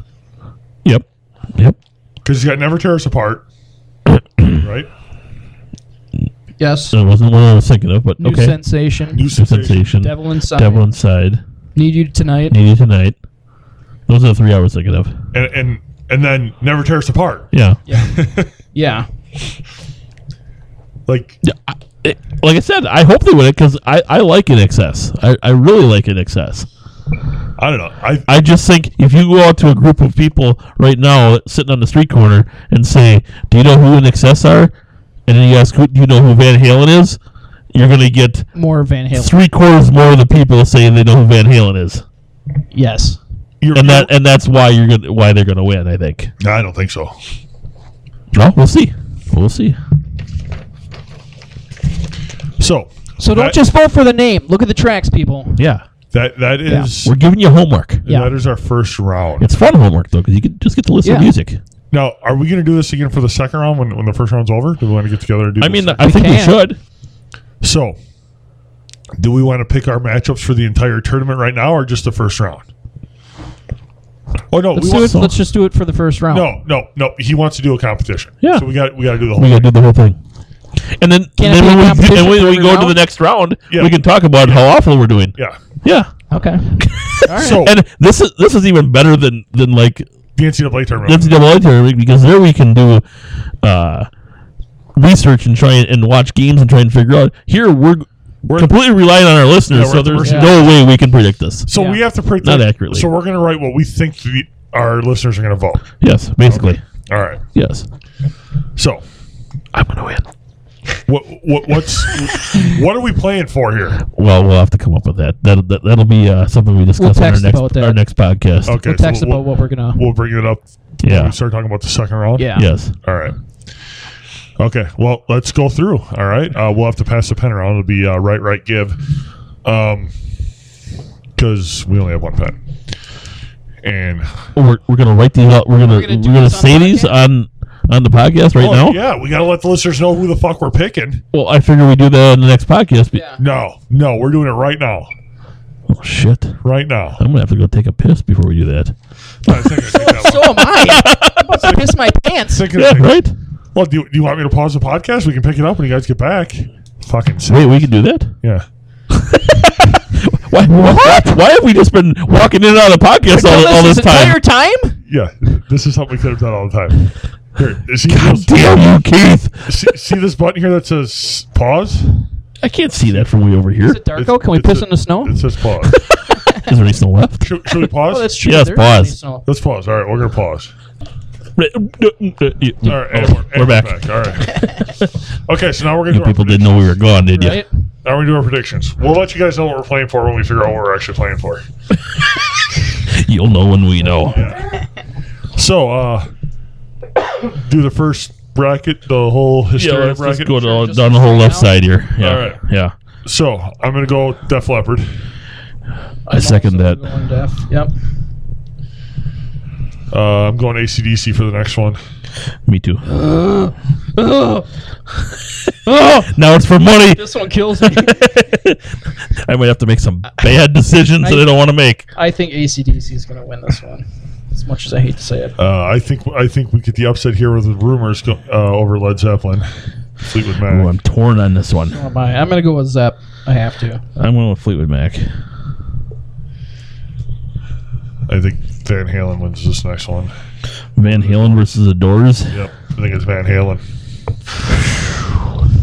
Yep. Yep. Because you got Never Tear Us Apart, right? Yes. That wasn't what I was thinking of, but New okay. sensation. New New Sensation. Sensation. Devil inside. Devil Inside. Need you tonight. Needy Tonight. Those are the three I was thinking of. And, and, and then Never Tear Us Apart. Yeah. Yeah. Like, Yeah, I- it- like I said, I hope they win it because I, I like In Excess. I, I really like In Excess. I don't know. I, I just think if you go out to a group of people right now sitting on the street corner and say, "Do you know who In Excess are?" and then you ask, who, "Do you know who Van Halen is?" you're gonna get More Van Halen. three quarters more of the people saying they know who Van Halen is, Yes. you're, and that and that's why you're gonna why they're gonna win. I think. I don't think so. Well, we'll see. We'll see. So, So don't That- just vote for the name. Look at the tracks, people. Yeah, that that is we're giving you homework. Yeah. that is our first round. It's fun homework though because you can just get to listen Yeah. to music. Now, are we going to do this again for the second round when, when the first round's over? Do we want to get together and do I this? mean, I think we can. should. so do we want to pick our matchups for the entire tournament right now or just the first round? Oh no, Let's we do want, it. Let's just do it for the first round. no, no, no. He wants to do a competition. Yeah. So we got we got to do the whole. We thing. gotta do the whole thing. And then, Can it then be a when we, competition and when for we every go to round? the next round, Yeah. we can talk about how awful we're doing. Yeah. Yeah. Okay. All right. So And this is this is even better than than like the NCAA tournament. the NCAA tournament because there we can do uh, research and try and, and watch games and try and figure out. Here we're, completely relying on our listeners, Yeah, we're so at the there's mercy- no way we can predict this. so we Yeah. have to predict Not accurately. So we're going to write what we think the, our listeners are going to vote. Yes, basically. All right. Yes, So I'm gonna win. what what what's what are we playing for here? Well, we'll have to come up with that. That, that that'll be uh, something we discuss on our text next about that. our next podcast. Okay. we'll text so about what we're gonna. we'll bring it up when Yeah. we start talking about the second round. yeah. Yes. All right. Okay. Well, let's go through. All right. Uh, we'll have to pass the pen around. It'll be uh, right, right, give. Um, because we only have one pen. And we're, we're gonna write these out. We're gonna we're gonna gonna, do this on say the these on on the podcast right oh now. yeah, we gotta let the listeners know who the fuck we're picking. Well, I figure we do that on the next podcast. but- Yeah. No, no, we're doing it right now. Oh shit! Right now. I'm gonna have to go take a piss before we do that. I think I think that So one. am I. Oh, I'm about to piss my pants. Think of Yeah, it. right. Well, do you, do you want me to pause the podcast? We can pick it up when you guys get back. Fucking sick. Wait, we can do that. Yeah. Why? What? Why have we just been walking in and out of podcasts all, all this entire time? time? Yeah. This is something we could have done all the time. Here, see, Damn you, Keith! see, see this button here that says pause? I can't see that from way over here. Is it Darko? Can we It's piss a- in the snow? It says pause. Is there any snow left? should, should we pause? Oh, that's true. Yes, There is any pause. snow. Let's pause. All right, we're gonna pause. All All right, and oh, we're, and we're back. All right. okay, so now we're gonna You do our people didn't predictions. know we were gone, did you? Right? Now we're gonna do our predictions. We'll let you guys know what we're playing for when we figure out what we're actually playing for. You'll know when we know. So, uh, do the first bracket, the whole Yeah, history let's just bracket. go to, just down the whole right left now. side here. Yeah, All right. yeah. so I'm gonna go Def Leppard. I second that. Going deaf. Yep. Uh, I'm going ACDC for the next one. Me too. Oh. oh, Now it's for money. this one kills me. I might have to make some bad decisions that I don't want to make. I think ACDC is going to win this one. As much as I hate to say it. Uh, I think I think we get the upset here with the rumors go, uh, over Led Zeppelin, Fleetwood Mac. Ooh, I'm torn on this one. Oh my. I'm going to go with Zep. I have to. I'm going with Fleetwood Mac. I think Van Halen wins this next one. Van Halen versus the Doors. Yep, I think it's Van Halen.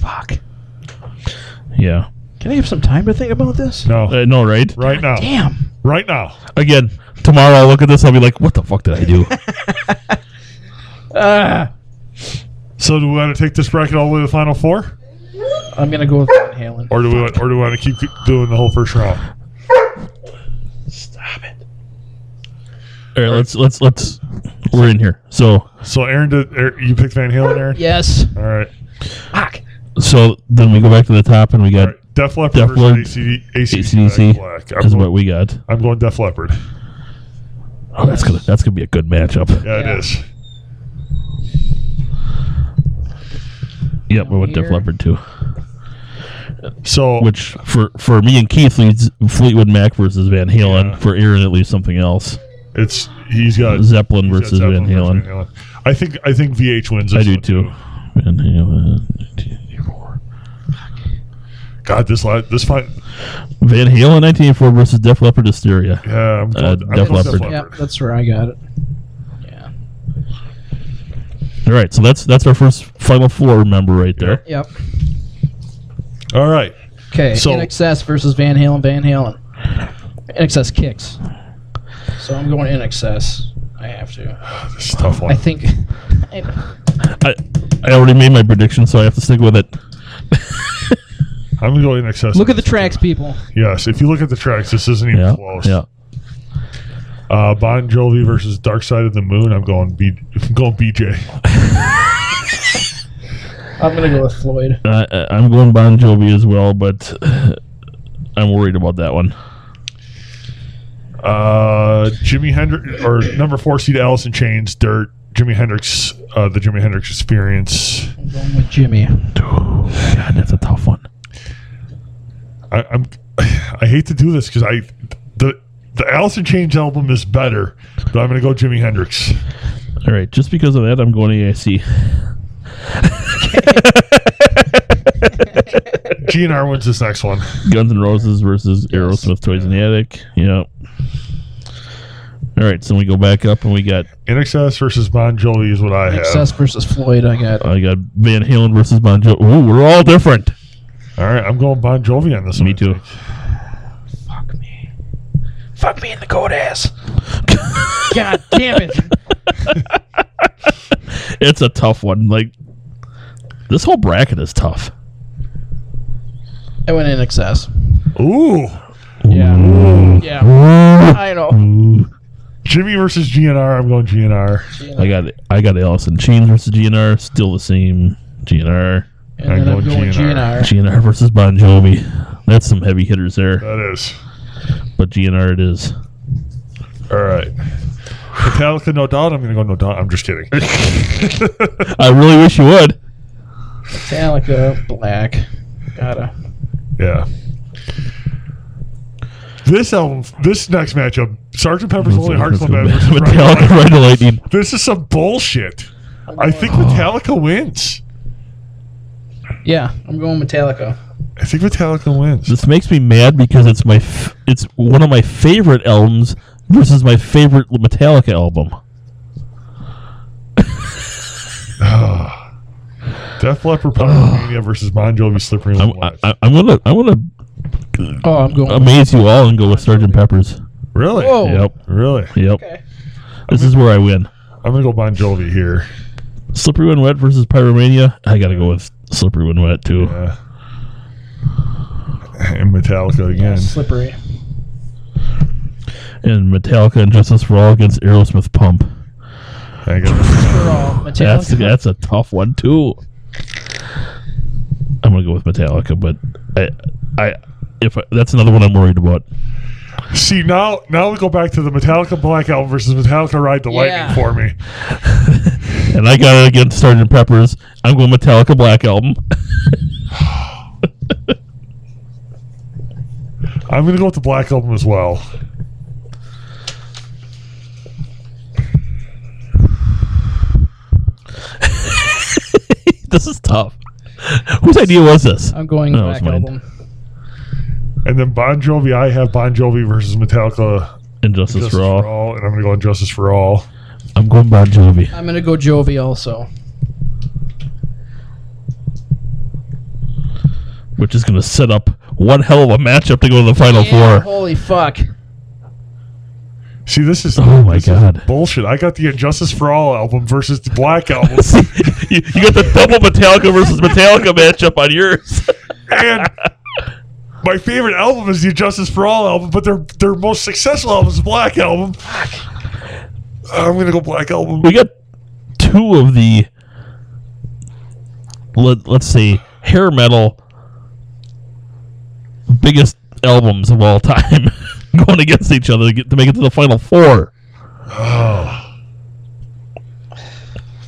Fuck. Yeah. Can I have some time to think about this? No, I know, right? right now, Damn. right now. Again, tomorrow I'll look at this. I'll be like, what the fuck did I do? Ah. So do we want to take this bracket all the way to the final four, I'm going to go with Van Halen. or do we want, or do we want to keep doing the whole first round? Stop it. All right, let's let's let's. We're in here. So So Aaron, did Aaron, you picked Van Halen, Aaron? Yes. All right. Fuck. so then we go back to the top and we got All right. Def Leppard Def Leppard, versus ACD, ACDC. ACDC. Black. This I'm is what going, we got. I'm going Def Leppard. Oh, that's gonna that's gonna be a good matchup. Yeah, Yeah. it is. Yep, I went Def Here. Leppard too. So which for for me and Keith leads Fleetwood Mac versus Van Halen. Yeah. For Aaron, it leads something else. it's he's got Zeppelin he's got versus Zeppelin Van Halen. Halen. I think I think VH wins. This I do one, too. Van Halen, God, this li this fight. Van Halen, 1984 versus Def Leppard Hysteria. Yeah, I'm going, Uh, I'm Def going Def Leppard. Leppard. Yeah, that's where I got it. Yeah. All right, so that's that's our first final four member right there. Yep. All right. Okay. So- NXS versus Van Halen. Van Halen. NXS kicks. So I'm going NXS. I have to. This is a tough one. I think. I I already made my prediction, so I have to stick with it. I'm going to go in excess. Look at the tracks, people. Yes, if you look at the tracks, this isn't even Yeah, close. yeah. Uh, bon Jovi versus Dark Side of the Moon. I'm going B. I'm going BJ. I'm gonna go with Floyd. I, I- I'm going Bon Jovi as well, but I'm worried about that one. Uh, Jimi Hendrix or number four seed Alice in Chains. Dirt. Jimi Hendrix. Uh, the Jimi Hendrix Experience. I'm going with Jimmy. God, that's a tough one. I, I'm. I hate to do this because I the the Alice in Chains album is better, but I'm going to go Jimi Hendrix. All right, just because of that, I'm going AIC. GNR wins this next one. Guns N' Roses versus Aerosmith, Toys in the Attic. Yeah. All right, so we go back up and we got NXS versus Bon Jovi is what I have. NXS versus Floyd. I got. I got Van Halen versus Bon Jovi. Ooh, we're all different. All right, I'm going Bon Jovi on this one. Me I too. think. Fuck me. Fuck me in the cold ass. God damn it. It's a tough one. Like this whole bracket is tough. I went NXS. Ooh, Yeah. Yeah. I know. Ooh. Jimmy versus GNR. I'm going GNR. I got I got Alice in Chains versus GNR. Still the same GNR. And I'm then going I'm going GNR. GNR. GNR versus Bon Jovi. That's some heavy hitters there, That is. but GNR it is. All right. Metallica, no doubt. I'm going to go no doubt. I'm just kidding. I really wish you would. Metallica. Black. Gotta. yeah. This album, this next matchup, Sergeant Pepper's Lonely Hearts Club Band versus Ride the Metallica, Lightning. Ride the Lightning. This is some bullshit. I think Metallica wins. Yeah. I'm going Metallica. I think Metallica wins. This makes me mad because it's my f- it's one of my favorite albums versus my favorite Metallica album. Def Leppard, Pyromania versus Bon Jovi, Slippery I'm, Little Lies. I, I'm gonna I'm gonna Oh, I'm going. amaze you all and go with Sgt. Pepper's. Really? Whoa. Yep, Really? yep. Okay. This is where I win. I'm going to go Bon Jovi here. Slippery When Wet versus Pyromania. I gotta go with Slippery When Wet too. Yeah. And Metallica again. Slippery. And Metallica and Justice for All against Aerosmith Pump. I got We're all Metallica. That's that's a tough one too. I'm gonna go with Metallica, but I I if I, that's another one I'm worried about. See now, now we go back to the Metallica Black Album versus Metallica Ride the Yeah. Lightning for me. and I got it against Sgt. Pepper's. I'm going Metallica Black Album. I'm gonna go with the Black Album as well. this is tough. Whose idea was this? I'm going No, it's Black mine. Album. And then Bon Jovi, I have Bon Jovi versus Metallica Injustice Justice for All. and I'm gonna go on Justice for All. I'm going Bon Jovi. I'm gonna go Jovi also. Which is going to set up one hell of a matchup to go to the final Yeah, four. holy fuck. See, this is Oh my this is God. bullshit. I got the Injustice for All album versus the Black Album, See, you, you got the double Metallica versus Metallica matchup on yours. and my favorite album is the Injustice for All album, but their their most successful album is the Black Album. I'm gonna go Black Album. we got two of the let, let's say hair metal biggest albums of all time going against each other to, get, to make it to the final four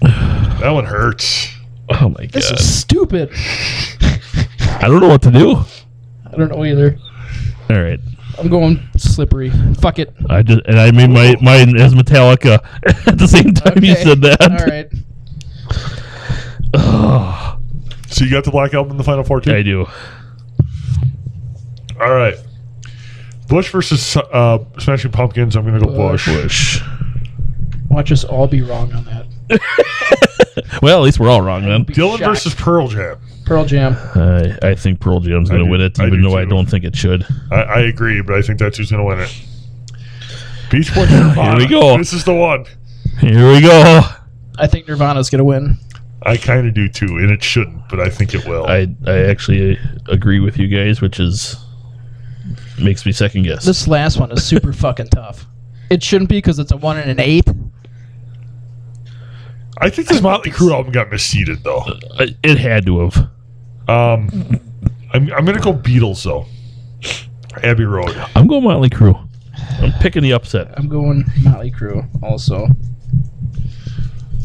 That one hurts. oh my god This is stupid. I don't know what to do. I don't know either. All right. I'm going slippery. Fuck it. I just and I made my mine as Metallica at the same time you Okay. said that. All right. So you got the Black Album in the Final Four, too? I do. All right. Bush versus uh, Smashing Pumpkins. I'm going to go Bush. Bush. Watch us all be wrong on that. Well, at least we're all wrong then. Be Dylan shocked. versus Pearl Jam. Pearl Jam. I, I think Pearl Jam's I going to do- win it, I even do though I too. don't think it should. I, I agree, but I think that's who's going to win it. Beach Boys. Nirvana. we go. This is the one. Here we go. I think Nirvana's gonna win. I kind of do too, and it shouldn't, but I think it will. I I actually agree with you guys, which is makes me second guess. This last one is super fucking tough. It shouldn't be because it's a one and an eight. I think this Motley Crue album got misseeded though. I- it had to have. Um, I'm, I'm gonna go Beatles though. Abbey Road. I'm going Motley Crue. I'm picking the upset. I'm going Motley Crue also.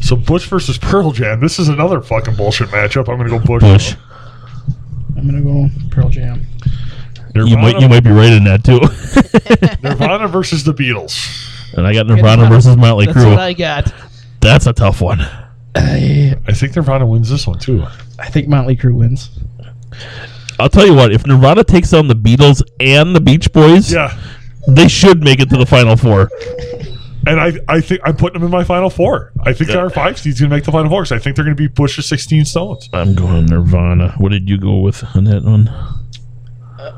So Bush versus Pearl Jam. This is another fucking bullshit matchup. I'm gonna go Bush. Bush. I'm gonna go Pearl Jam. Nirvana, You might you might be right in that too. Nirvana versus the Beatles. and I got Nirvana versus Motley That's Crue. what I got. That's a tough one. I, I think Nirvana wins this one too. I think Motley Crue wins. I'll tell you what. If Nirvana takes on the Beatles and the Beach Boys, Yeah, they should make it to the Final Four. and I I think I'm putting them in my final four. I think the our five seed's gonna make the final four. So I think they're gonna be Bush's 16 Stones. I'm going Nirvana. What did you go with on that one?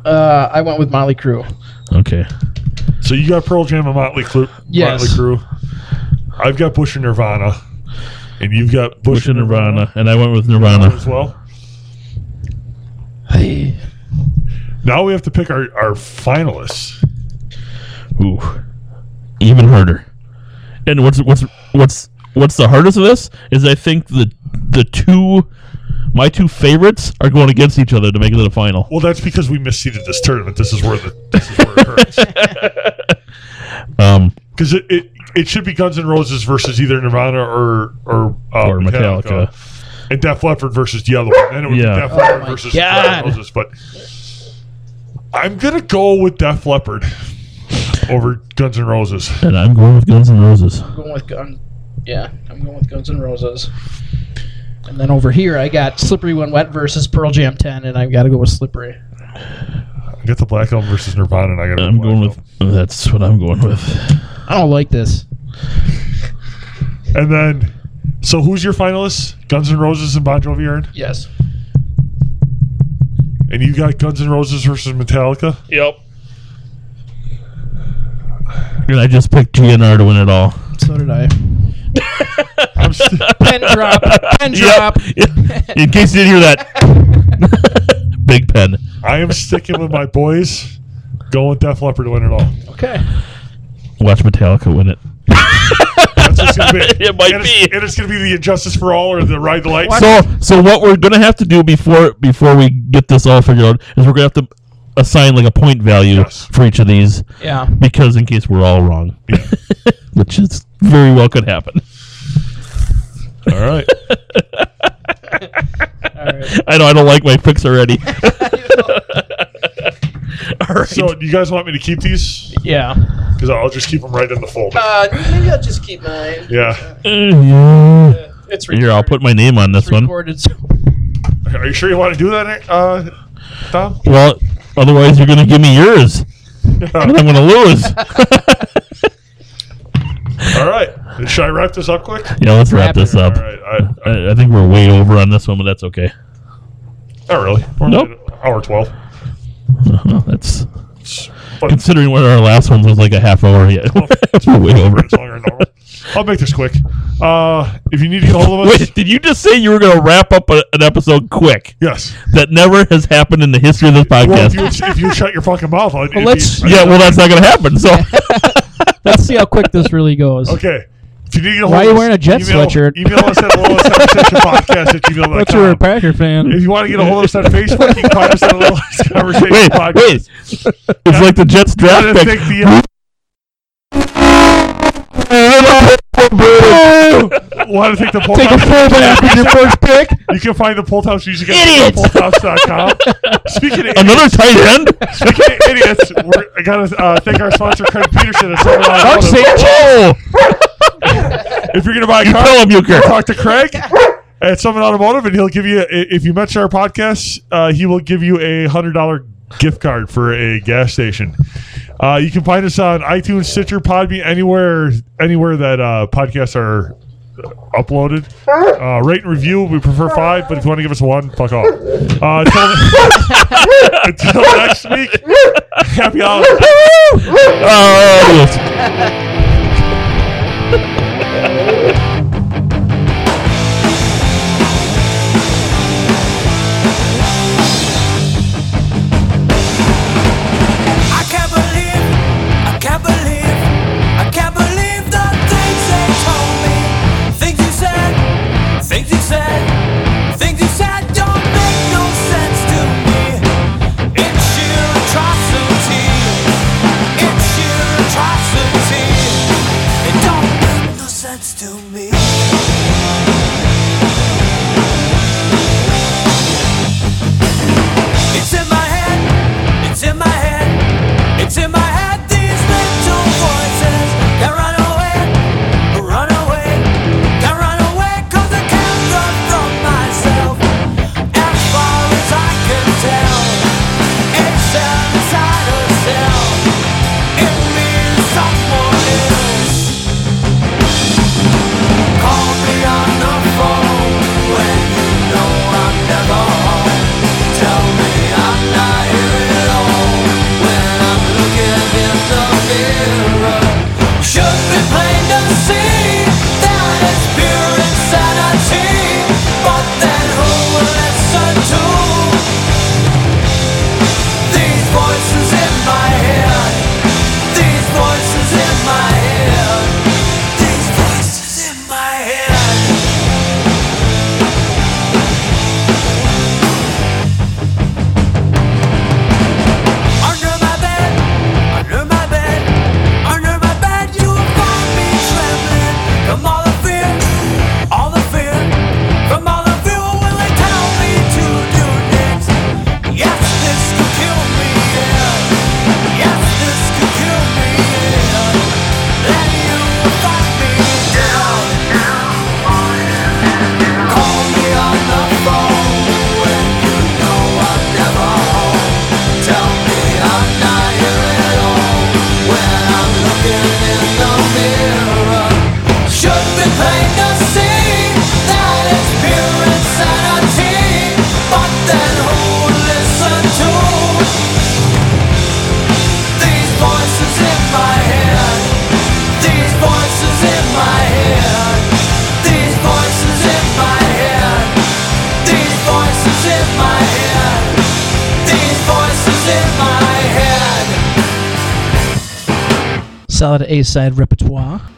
Uh, I went with Motley Crue. Okay. So you got Pearl Jam and Motley Crue. Yes. Motley Crue. I've got Bush and Nirvana, and you've got Bush, Bush and Nirvana, and I went with Nirvana. as well. I, Now we have to pick our, our finalists. Ooh, even harder. And what's what's what's what's the hardest of this is I think the the two my two favorites are going against each other to make it to the final. Well, that's because we misseeded this tournament. This is where the this is where it hurts Um, because it, it it should be Guns N' Roses versus either Nirvana or or, uh, Or Metallica. and Def Leppard versus the other one. Then it would Yeah. be Def Leppard Oh my versus God. Guns N' Roses. But I'm gonna go with Def Leppard over Guns N' Roses. and I'm going with Guns N' Roses. I'm going with Gun. Yeah, I'm going with Guns N' Roses. And then over here, I got Slippery When Wet versus Pearl Jam 10, and I've got to go with Slippery. I got the Black Album versus Nirvana, and I got. I'm going with that's what I'm going with. I don't like this. And then, so who's your finalists? Guns N' Roses and Bon Jovi, Aaron? Yes. And you got Guns N' Roses versus Metallica. Yep. And I just picked GNR to win it all. So did I. I'm st- Pen drop. Pen drop. In case you didn't hear that, big pen. I am sticking with my boys. Going with Def Leppard to win it all. Okay. Watch Metallica win it. That's what's gonna be. It might and be. It's, and it's gonna be the Injustice for All or the Ride the Light. So, so what we're gonna have to do before before we get this all figured out is we're gonna have to assign like a point value Yes. for each of these Yeah. because in case we're all wrong, which is very well could happen. all right. All right. I know I don't like my picks already. all right. So do you guys want me to keep these? Yeah. Because I'll just keep them right in the folder. Uh, maybe I'll just keep mine. Yeah. Uh, yeah. It's recorded. Here, I'll put my name on this It's one. recorded, so- Are you sure you want to do that, uh, Tom? Well, otherwise you're gonna give me yours, and I'm gonna lose. all right. Should I wrap this up quick? yeah, let's wrap Wrap this it. All up. right. I, I, I, I think we're way over on this one, but that's okay. not really. We're only Nope. at Hour twelve. Uh-huh, that's It's- But considering what our last one was like a half hour yet. we're way over. Oh. It's longer than normal. I'll make this quick. Uh, if you need to get a hold of us, Wait, did you just say you were going to wrap up a, an episode quick? yes. That never has happened in the history of this Well, if podcast. you, if you shut your fucking mouth, I'd, it'd let's- be- yeah, well, that's not going to happen. So, Let's see how quick this really goes. Okay. If you need to get a hold Why are you of us, wearing a Jets email, sweatshirt? Email us at podcast at gmail.com. But you're a Packer if fan. you want to get a hold of us on Facebook, you can find us at Little Less Conversation wait, Podcast. wait. It's like the Jets I draft didn't pick. think the- uh, Want to take the poll? Take a full bath with your first pick. You can find the poll house music at Idiot! pollhouse.com. Speaking of Another idiots, tight end. speaking of idiots, we're, I gotta uh, thank our sponsor Craig Peterson. At Silver Line Mark Auto. Sancho. if you're gonna buy a car, Tell him, Euchre. talk to Craig at Summit Automotive, and he'll give you. i- If you mention our podcast, uh, he will give you a hundred dollar gift card for a gas station. Uh, you can find us on iTunes, Stitcher, Podbean, anywhere, anywhere that uh, podcasts are uploaded. Uh, rate and review. We prefer five, but if you want to give us one, fuck off. Uh, until, until next week, happy holidays. Oh, yes. I can't believe, I can't believe, I can't believe the things they told me. Things you said, things you said, things you said don't make no sense to me. It's sheer atrocity. It's sheer atrocity. It don't make no sense to me. It's in my head, it's in my head. It's in my head, these little voices They run away, run away They run away cause I can't run from myself As far as I can tell It's an insider cell It means someone else Call me on the phone When you know I'm never home Tell me I'm not here at all When I'm looking in the mirror Should be plain to see That it's pure insanity But then who will listen to These voices in my head These voices in my head These voices in my head Under my bed, under my bed, under my bed, you will find me trembling from all the fear, all the fear, from all the fear. Will they tell me to do next? Yes, this could kill me. Yeah. Yes, this could kill me. Yeah. Then you will find me down, down, Call me on the phone when you know I'm never home. Tell me I'm not here at all when I'm looking in the mirror. Should be plain to see that it's pure insanity, but then who would listen to these voices in my head? These voices in my head. These voices in my head. These voices in my head. These voices in my head. Solid A side repertoire.